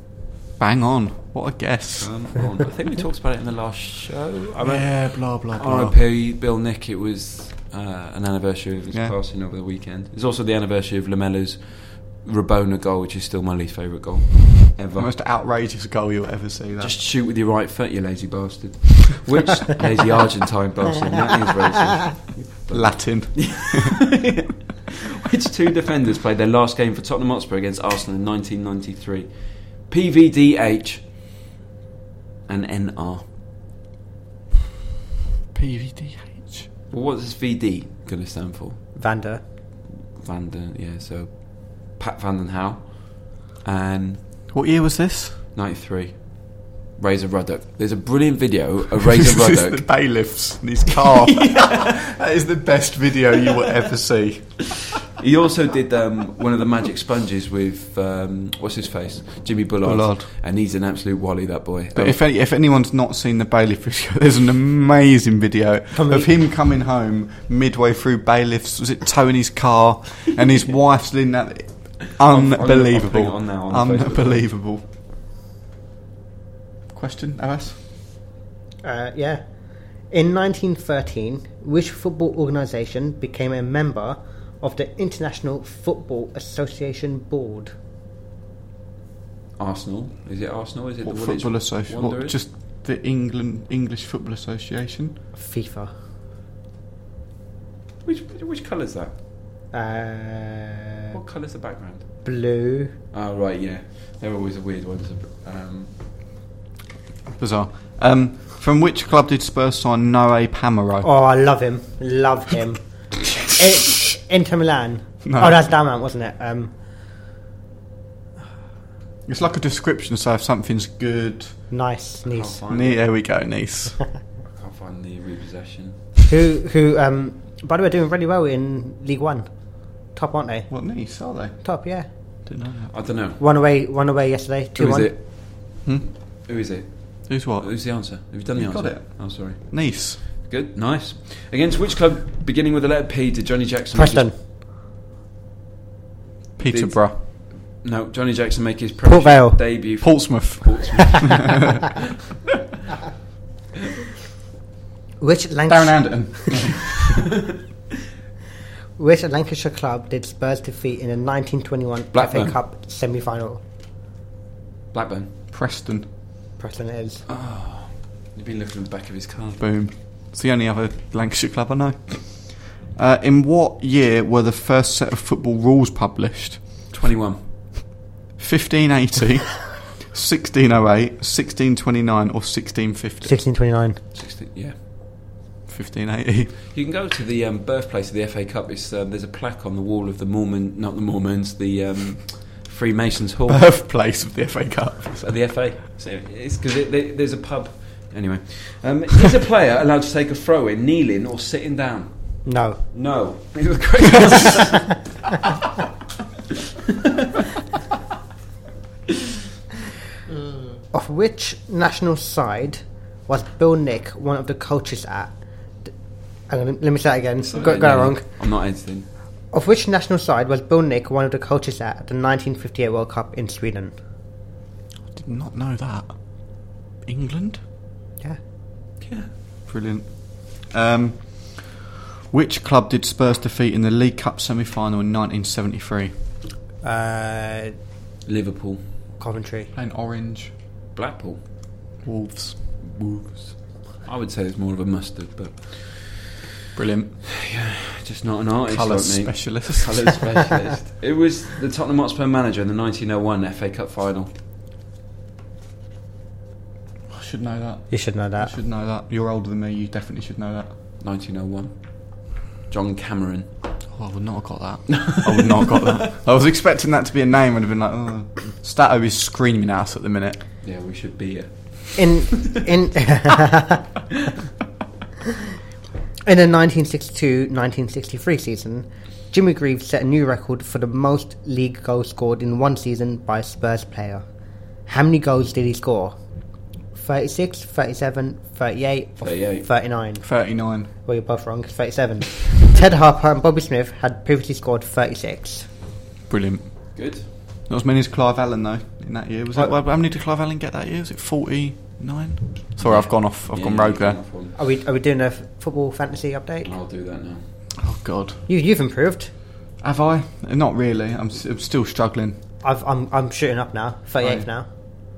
Speaker 2: Bang on. What a guess.
Speaker 3: Um, hold on. I think we talked about it in the last show. I remember-
Speaker 2: yeah, blah blah blah.
Speaker 3: RIP Bill Nick. It was uh, an anniversary of his
Speaker 2: Yeah.
Speaker 3: passing over the weekend. It's also the anniversary of Lamella's Rabona goal, which is still my least favourite goal
Speaker 2: The
Speaker 3: ever.
Speaker 2: most outrageous goal you'll ever see. That.
Speaker 3: Just shoot with your right foot, you
Speaker 2: [laughs]
Speaker 3: lazy bastard. Which
Speaker 2: [laughs]
Speaker 3: lazy Argentine bastard? That is racist.
Speaker 2: Latin.
Speaker 3: Which two defenders played their last game for Tottenham Hotspur against Arsenal in 1993? PVDH and NR. Well,
Speaker 2: PVDH.
Speaker 3: what is VD going to stand for?
Speaker 4: Vander.
Speaker 3: Van den, yeah, so Pat Van den Howe and
Speaker 2: What year was this?
Speaker 3: 93. Razor Ruddock. There's a brilliant video
Speaker 2: [laughs]
Speaker 3: of Razor Ruddock.
Speaker 2: bailiffs and his car. That is the best video you will ever see.
Speaker 3: He also did um, one of the magic sponges with um, what's his face, Jimmy Bullard,
Speaker 2: Bullard.
Speaker 3: and he's an absolute wally that boy.
Speaker 2: But
Speaker 3: Oh,
Speaker 2: if any, if anyone's not seen the bailiff video, [laughs] there's an amazing video
Speaker 4: Come
Speaker 2: of
Speaker 4: here.
Speaker 2: him coming home midway through bailiffs. Was it towing his car and
Speaker 3: [laughs]
Speaker 2: his wife's leaning out?
Speaker 3: I'm- I'm putting it
Speaker 2: Unbelievable!
Speaker 3: on now on Facebook.
Speaker 2: unbelievable. Question, OS?
Speaker 4: Uh, yeah. In 1913, which football organisation became a member of the International Football Association Board?
Speaker 3: Um, Arsenal is it Arsenal? Is it
Speaker 2: What
Speaker 3: the Woolwich
Speaker 2: football association? What,
Speaker 3: Wanderers?
Speaker 2: just the England English Football Association.
Speaker 4: FIFA.
Speaker 3: which which colour's that?
Speaker 4: Uh,
Speaker 3: What colour's the background?
Speaker 4: blue.
Speaker 3: Oh right, yeah, they're always the weird ones. Um,
Speaker 2: Bizarre. Um, from which club did Spurs sign Noe Pamaro?
Speaker 4: Oh, I love him. Love him. I- Inter Milan.
Speaker 2: No.
Speaker 4: Oh, that's Damant, wasn't it? Um,
Speaker 2: It's like a description, so if something's good,
Speaker 4: nice,
Speaker 3: can't
Speaker 4: nice.
Speaker 3: find
Speaker 2: ne-
Speaker 3: it.
Speaker 2: there we go, nice.
Speaker 3: I can't find the repossession.
Speaker 4: who, who? Um, by the way, doing really well in League One. Top, aren't they?
Speaker 2: what nice are they?
Speaker 4: Top, yeah.
Speaker 2: Didn't know that.
Speaker 3: I don't know.
Speaker 4: One away, one away yesterday. Two
Speaker 3: Who is
Speaker 4: one.
Speaker 3: it?
Speaker 2: Hmm?
Speaker 3: Who is it?
Speaker 2: Who's what?
Speaker 3: Oh, Who's the answer? Have you done the
Speaker 2: You've
Speaker 3: answer?
Speaker 2: got it.
Speaker 3: Oh, sorry.
Speaker 2: Nice.
Speaker 3: Good, nice. Against which club, beginning with the letter P, did Johnny Jackson? make his-
Speaker 4: Preston.
Speaker 2: Peterborough.
Speaker 3: no, Johnny Jackson make his
Speaker 4: Port Vale.
Speaker 3: debut. for
Speaker 2: Portsmouth.
Speaker 4: Which
Speaker 2: Darren
Speaker 4: Lancashire,
Speaker 2: Anderton. [laughs]
Speaker 4: which Lancashire club did Spurs defeat in the 1921
Speaker 3: Blackburn.
Speaker 4: FA Cup semi-final?
Speaker 3: Blackburn.
Speaker 2: Preston.
Speaker 4: Preston it is.
Speaker 3: You've been looking at the back of his card.
Speaker 2: Boom. It's the only other Lancashire club I know. Uh, in what year were the first set of football rules published?
Speaker 3: 21.
Speaker 2: 1580, 1608, 1629, or 1650?
Speaker 4: 1629.
Speaker 3: 16, yeah.
Speaker 2: 1580.
Speaker 3: You can go to the um, birthplace of the FA Cup. It's, um, there's a plaque on the wall of the Mormon, not the Mormons, the um, Freemasons Hall at
Speaker 2: Birthplace of the FA Cup.
Speaker 3: the FA. So it's because it, there- there's a pub. Anyway, um, is a player allowed to take a throw in kneeling or sitting down?
Speaker 4: No.
Speaker 3: No. [laughs] It was great.
Speaker 4: Of which national side was Bill Nick one of the coaches at? D- hang on, let me say that again. Got, got it wrong.
Speaker 3: I'm not editing.
Speaker 4: Of which national side was Bill Nick one of the coaches at the 1958 World Cup in Sweden?
Speaker 2: Did not know that. England?
Speaker 4: Yeah.
Speaker 3: Yeah.
Speaker 2: Brilliant. Um, which club did Spurs defeat in the League Cup semi final in 1973?
Speaker 4: Uh,
Speaker 3: Liverpool.
Speaker 4: Coventry.
Speaker 2: Playing Orange.
Speaker 3: Blackpool.
Speaker 2: Wolves.
Speaker 3: Wolves. I would say it's more of a mustard, but
Speaker 2: Brilliant.
Speaker 3: just not an artist.
Speaker 2: Colour
Speaker 3: like me.
Speaker 2: specialist. [laughs]
Speaker 3: colour specialist. it was the Tottenham Hotspur manager in the 1901 FA Cup final.
Speaker 2: I should know that.
Speaker 4: You should know
Speaker 2: I
Speaker 4: that.
Speaker 2: should know that. You're older than me, you definitely should know that.
Speaker 3: 1901. John Cameron.
Speaker 2: Oh, I would not have got that. [laughs] I would not have got that. I was expecting that to be a name and have been like, oh. Stato is screaming at us at the minute.
Speaker 3: Yeah, we should be here.
Speaker 4: In in [laughs] in the 1962-1963 season, Jimmy Greaves set a new record for the most league goals scored in one season by a Spurs player. How many goals did he score? 36, 37, 38, or
Speaker 3: 38.
Speaker 4: 39.
Speaker 2: 39.
Speaker 4: Well, you're both wrong. It's 37. [laughs] Ted Harper and Bobby Smith had previously scored 36.
Speaker 2: Brilliant.
Speaker 3: Good.
Speaker 2: Not as many as Clive Allen though in that year. Was it? How many did Clive Allen get that year? Was it forty nine? Sorry, I've gone off. I've
Speaker 3: Yeah,
Speaker 2: gone
Speaker 3: yeah,
Speaker 2: rogue
Speaker 3: fair
Speaker 2: there.
Speaker 3: enough one.
Speaker 4: Are we are we doing a f- football fantasy update?
Speaker 3: I'll do that now.
Speaker 2: Oh God,
Speaker 4: You you've improved.
Speaker 2: have I? Not really. I'm, s am still struggling.
Speaker 4: I've, I'm I'm shooting up now. 38th
Speaker 2: Right.
Speaker 4: now.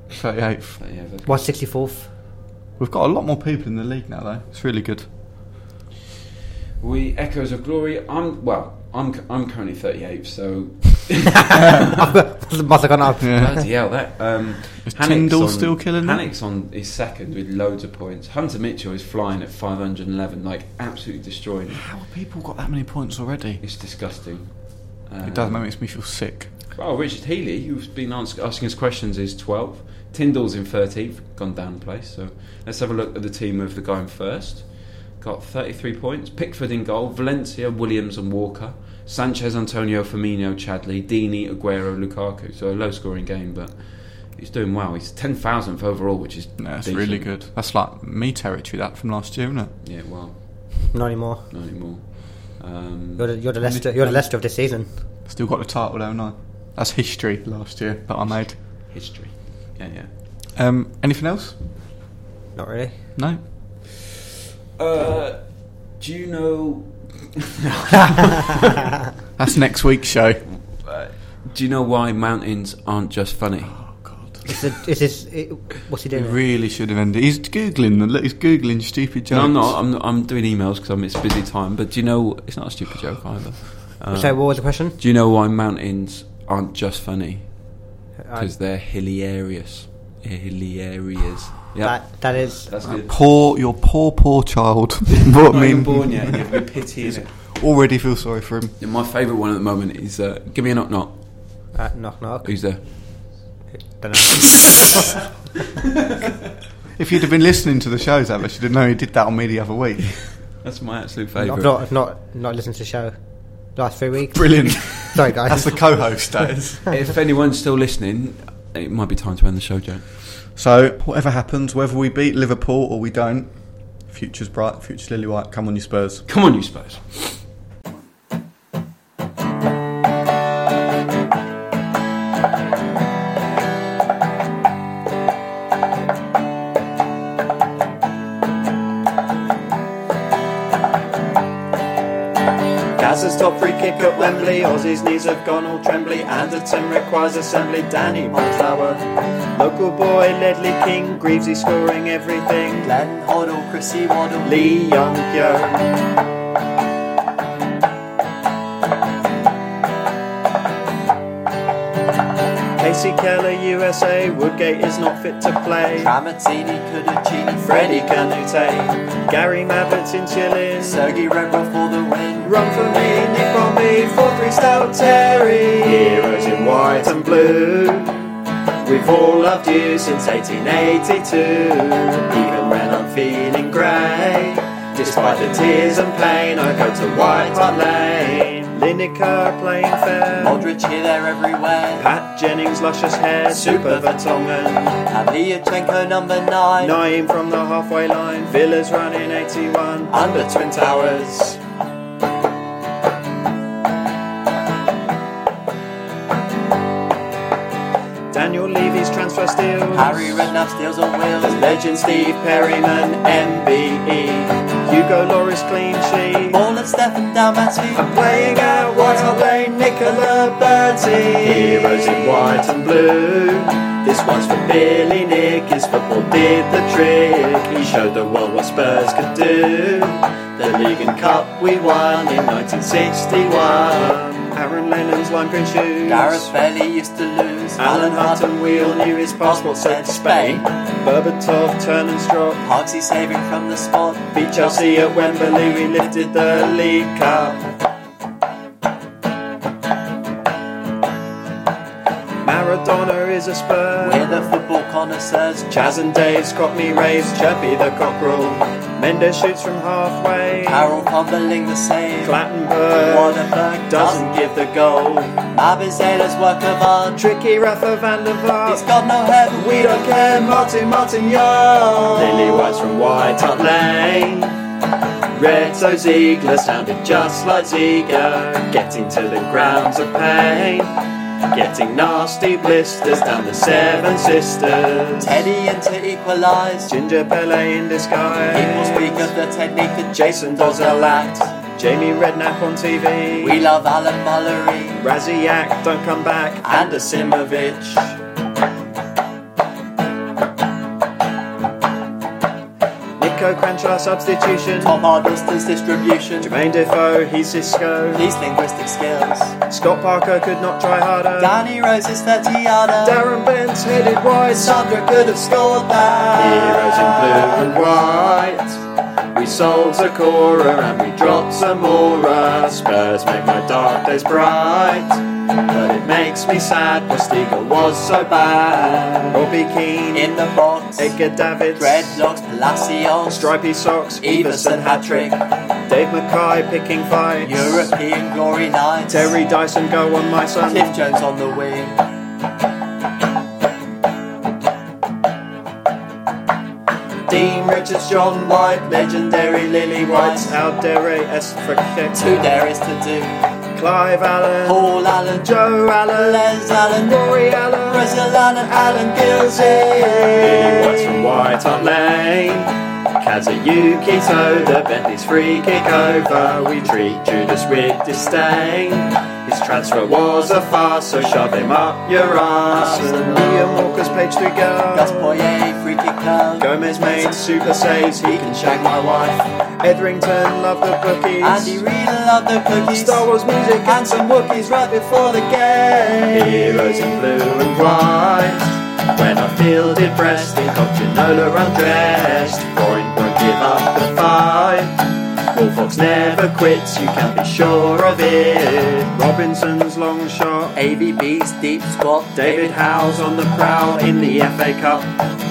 Speaker 2: Thirty eighth.
Speaker 3: But yeah, that's-
Speaker 4: What's [laughs] 64th?
Speaker 2: We've got a lot more people in the league now though. It's really good.
Speaker 3: We Echoes of Glory. I'm well. I'm cu- I'm currently 38, so
Speaker 4: Must have gone up.
Speaker 3: bloody hell that. Um,
Speaker 2: Is
Speaker 3: Hannock's
Speaker 2: Tyndall
Speaker 3: on-
Speaker 2: still killing them?
Speaker 3: Hannock's on his second with loads of points. Hunter Mitchell is flying at 511, like absolutely destroying.
Speaker 2: [laughs]
Speaker 3: it.
Speaker 2: How have people got that many points already?
Speaker 3: It's disgusting. Um,
Speaker 2: It does, that makes me feel sick.
Speaker 3: Well, Oh, Richard Healy, who's been ask, asking us questions, is 12. Tyndall's in 13th, gone down a place. So let's have a look at the team of the guy in first. Got 33 points. Pickford in goal. Valencia, Williams, and Walker. Sanchez, Antonio, Firmino, Chadley, Dini, Aguero, Lukaku. So a low scoring game, but he's doing well. He's 10,000th overall, which is.
Speaker 2: No, it's
Speaker 3: decent.
Speaker 2: really good. That's like me territory, that from last year, isn't it?
Speaker 3: Yeah, well,
Speaker 4: Not anymore.
Speaker 3: not anymore.
Speaker 4: You're
Speaker 3: Um,
Speaker 4: the, you're the Leicester. You're the Leicester of this season.
Speaker 2: Still got the title, haven't I? That's history last year that I made.
Speaker 3: history. Yeah, yeah.
Speaker 2: Um, anything else?
Speaker 4: Not really.
Speaker 2: No?
Speaker 3: Uh, do you know
Speaker 2: That's next week's show.
Speaker 3: Oh, Do you know why mountains aren't just funny?
Speaker 2: Oh, God.
Speaker 4: It's a, it's this, it, what's he
Speaker 2: He
Speaker 4: doing?
Speaker 2: really should have ended. He's Googling. them. Look, he's Googling stupid jokes.
Speaker 3: No, I'm not. I'm, I'm doing emails because I'm it's busy time. But do you know it's not a stupid joke either? Um,
Speaker 4: so what was the question?
Speaker 3: do you know why mountains aren't just funny?
Speaker 4: Uh,
Speaker 3: Because they're hilarious. Hilarious. Yeah,
Speaker 4: that that is
Speaker 3: that's good.
Speaker 2: Poor, your poor, poor
Speaker 3: [laughs]
Speaker 2: child. what I mean,
Speaker 3: yet. and You have no pity in it.
Speaker 2: already feel sorry for him.
Speaker 3: Yeah, My favourite one at the moment is uh, "Give me a knock knock."
Speaker 4: uh, knock knock.
Speaker 3: Who's there?
Speaker 4: Don't know.
Speaker 2: If you'd have been listening to the shows, Alice, you'd have known he did that on me the other week.
Speaker 3: [laughs] That's my absolute
Speaker 4: I've
Speaker 3: favourite.
Speaker 4: not I've not not listened to the show last three weeks.
Speaker 2: Brilliant.
Speaker 4: Sorry guys.
Speaker 2: That's the co-host, that is.
Speaker 3: [laughs] if anyone's still listening, it might be time to end the show, Joe.
Speaker 2: So, whatever happens, whether we beat Liverpool or we don't, future's bright, future's lily white. Come on, you Spurs.
Speaker 3: Come on, you Spurs.
Speaker 1: Gazza's top free kick at Wembley, Aussie's knees have gone all trembly, Anderton requires assembly, Danny Montower. Local boy Ledley King, Greavesy scoring everything, Glenn Hoddle, Chrissy Waddle, Lee Young Casey Keller, USA, Woodgate is not fit to play. Tramatini, Cudicini, Freddie Canute, Gary Mabbott in Chile, Sergey Rebrov for the win. Run for me, Nick Bromby, 4-3 Stout Terry. Heroes in white and blue. We've all loved you since 1882. Even when I'm feeling grey, despite the tears and pain, I go to White Hart Lane. Lineker playing fair. Aldrich here, there, everywhere. Pat Jennings, luscious hair. Super Vertonghen.
Speaker 5: Pavlyuchenko number nine.
Speaker 1: Nine from the halfway line. Villa's running 81. Under Twin Towers. Daniel Levy's transfer steals.
Speaker 5: Harry Redknapp steals on
Speaker 1: There's
Speaker 5: wheels.
Speaker 1: legend Steve Perryman, E. MBE. Hugo Loris clean sheet.
Speaker 5: Ball and Stefan Dalmati.
Speaker 1: I'm playing out White Hart Lane, Nicola Bertie. Heroes in white and blue. This one's for Billy Nick, his football did the trick. He showed the world what Spurs could do. The League and Cup we won in 1961. Aaron Lennon's lime green shoes.
Speaker 5: Gareth Bailey used to lose.
Speaker 1: Alan Hutton, we all knew his passport said Spain. Berbatov, turn and strop.
Speaker 5: Hogsy saving from the spot.
Speaker 1: Beat Chelsea at Wembley, we lifted the League Cup. Maradona is a
Speaker 5: We're
Speaker 1: Spur.
Speaker 5: the football connoisseurs.
Speaker 1: Chaz and Dave, Scott me raves, Chirpy the cockerel. Mendes shoots from halfway.
Speaker 5: Carroll fumbling the save.
Speaker 1: Clattenburg doesn't
Speaker 5: Waterberg doesn't.
Speaker 1: give the goal.
Speaker 5: Abizela's work of art.
Speaker 1: Tricky Rafa van der
Speaker 5: He's
Speaker 1: Vaart.
Speaker 5: got no head.
Speaker 1: We don't care, Martin Martin Yard. Lily White's from White Hart Lane. Red so Ziegler sounded just like Ziegler. Getting to the grounds of pain. Getting nasty blisters down the Seven Sisters.
Speaker 5: Teddy in to equalise.
Speaker 1: Ginger Pele in disguise.
Speaker 5: People speak of the technique that Jason does a lot.
Speaker 1: Jamie Redknapp on TV.
Speaker 5: We love Alan Mullery.
Speaker 1: Raziak, don't come back. And Asimovic. Nick Nico Crenshaw substitution.
Speaker 5: Tom Hardliston's distribution.
Speaker 1: Jermaine Defoe, he's Cisco.
Speaker 5: These linguistic skills.
Speaker 1: Scott Parker could not try harder.
Speaker 5: Danny Rose's 30 yarder.
Speaker 1: Darren Bent's headed wide.
Speaker 5: Sandra could have scored that.
Speaker 1: Heroes in blue and white. We sold Sakura and we dropped Samora. Spurs make my dark days bright. But it makes me sad, Postiga was so bad. Robbie Keane,
Speaker 5: In the box.
Speaker 1: Edgar Davids,
Speaker 5: Dreadlocks, Palacios.
Speaker 1: Stripy Socks,
Speaker 5: Everson
Speaker 1: Everson
Speaker 5: hat trick.
Speaker 1: Dave Mackay picking fights.
Speaker 5: European glory nights.
Speaker 1: Terry Dyson, go on my son.
Speaker 5: Cliff Jones on the wing. Dean Richards, John White, legendary Lily White.
Speaker 1: Whites out Dere S for
Speaker 5: Who there is to do?
Speaker 1: Clive Allen,
Speaker 5: Paul Allen, Joe
Speaker 1: Joe Allen,
Speaker 5: Les Allen,
Speaker 1: Rory Allen,
Speaker 5: Russell Allen, Alan Gilsey.
Speaker 1: Billy White's from White Hart Lane. Kazuyuki Soda, Bentley's free kick over. We treat Judas with disdain. His transfer was a farce, so shove him up your ass. And Liam Walker's page three
Speaker 5: Gus
Speaker 1: go.
Speaker 5: Poyet, free kick out.
Speaker 1: Gomez made super saves, he can shag my wife. Etherington loved the bookies.
Speaker 5: Andy Reid loved the cookies.
Speaker 1: Star Wars music
Speaker 5: and some Wookiees right before the game.
Speaker 1: Heroes in blue and white. When I feel depressed, think of Ginola undressed. Boring won't give up the fight. Bullfox never quits, you can be sure of it. Robinson's long shot.
Speaker 5: AVB's deep squat.
Speaker 1: David Howes on the prowl in the FA Cup.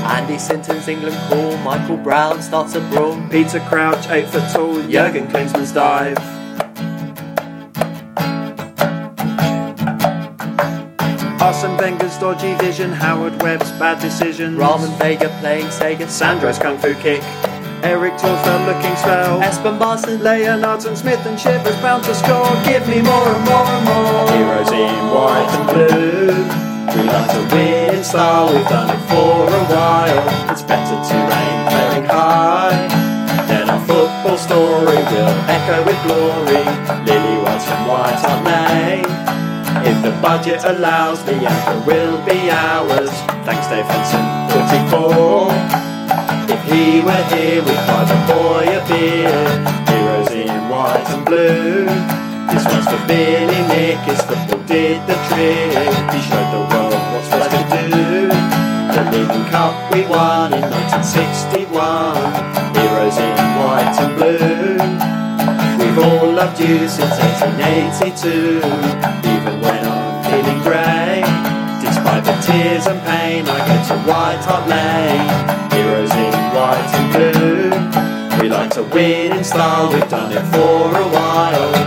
Speaker 5: Andy Sinton's England call. Michael Brown starts a brawl.
Speaker 1: Peter Crouch, 8 foot tall. Jurgen Klinsmann's dive. Arsene Wenger's dodgy vision. Howard Webb's bad decisions.
Speaker 5: Ramen Vega playing Sega.
Speaker 1: Sandro's kung fu kick. Eric Tortham looking swell.
Speaker 5: Espen Barson.
Speaker 1: Leonards and Smith and Shivers bound to score. Give me more and more and more. Heroes in white and blue. We love to win in style. We've done it for a while. It's better to aim very high. Then our football story will echo with glory. Lily was from White Hart Lane. If the budget allows, the anchor will be ours. Thanks, Dave Henson. 44. If he were here, we'd buy the boy a beer. Heroes in white and blue. This one's for Billy Nick, his football did the trick. He showed the world what's best to do. The League Cup we won in 1961. Heroes in white and blue. We've all loved you since 1882. Even when I'm feeling grey, despite the tears and pain, I go to White Hart Lane. Heroes in white and blue. We like to win in style, we've done it for a while.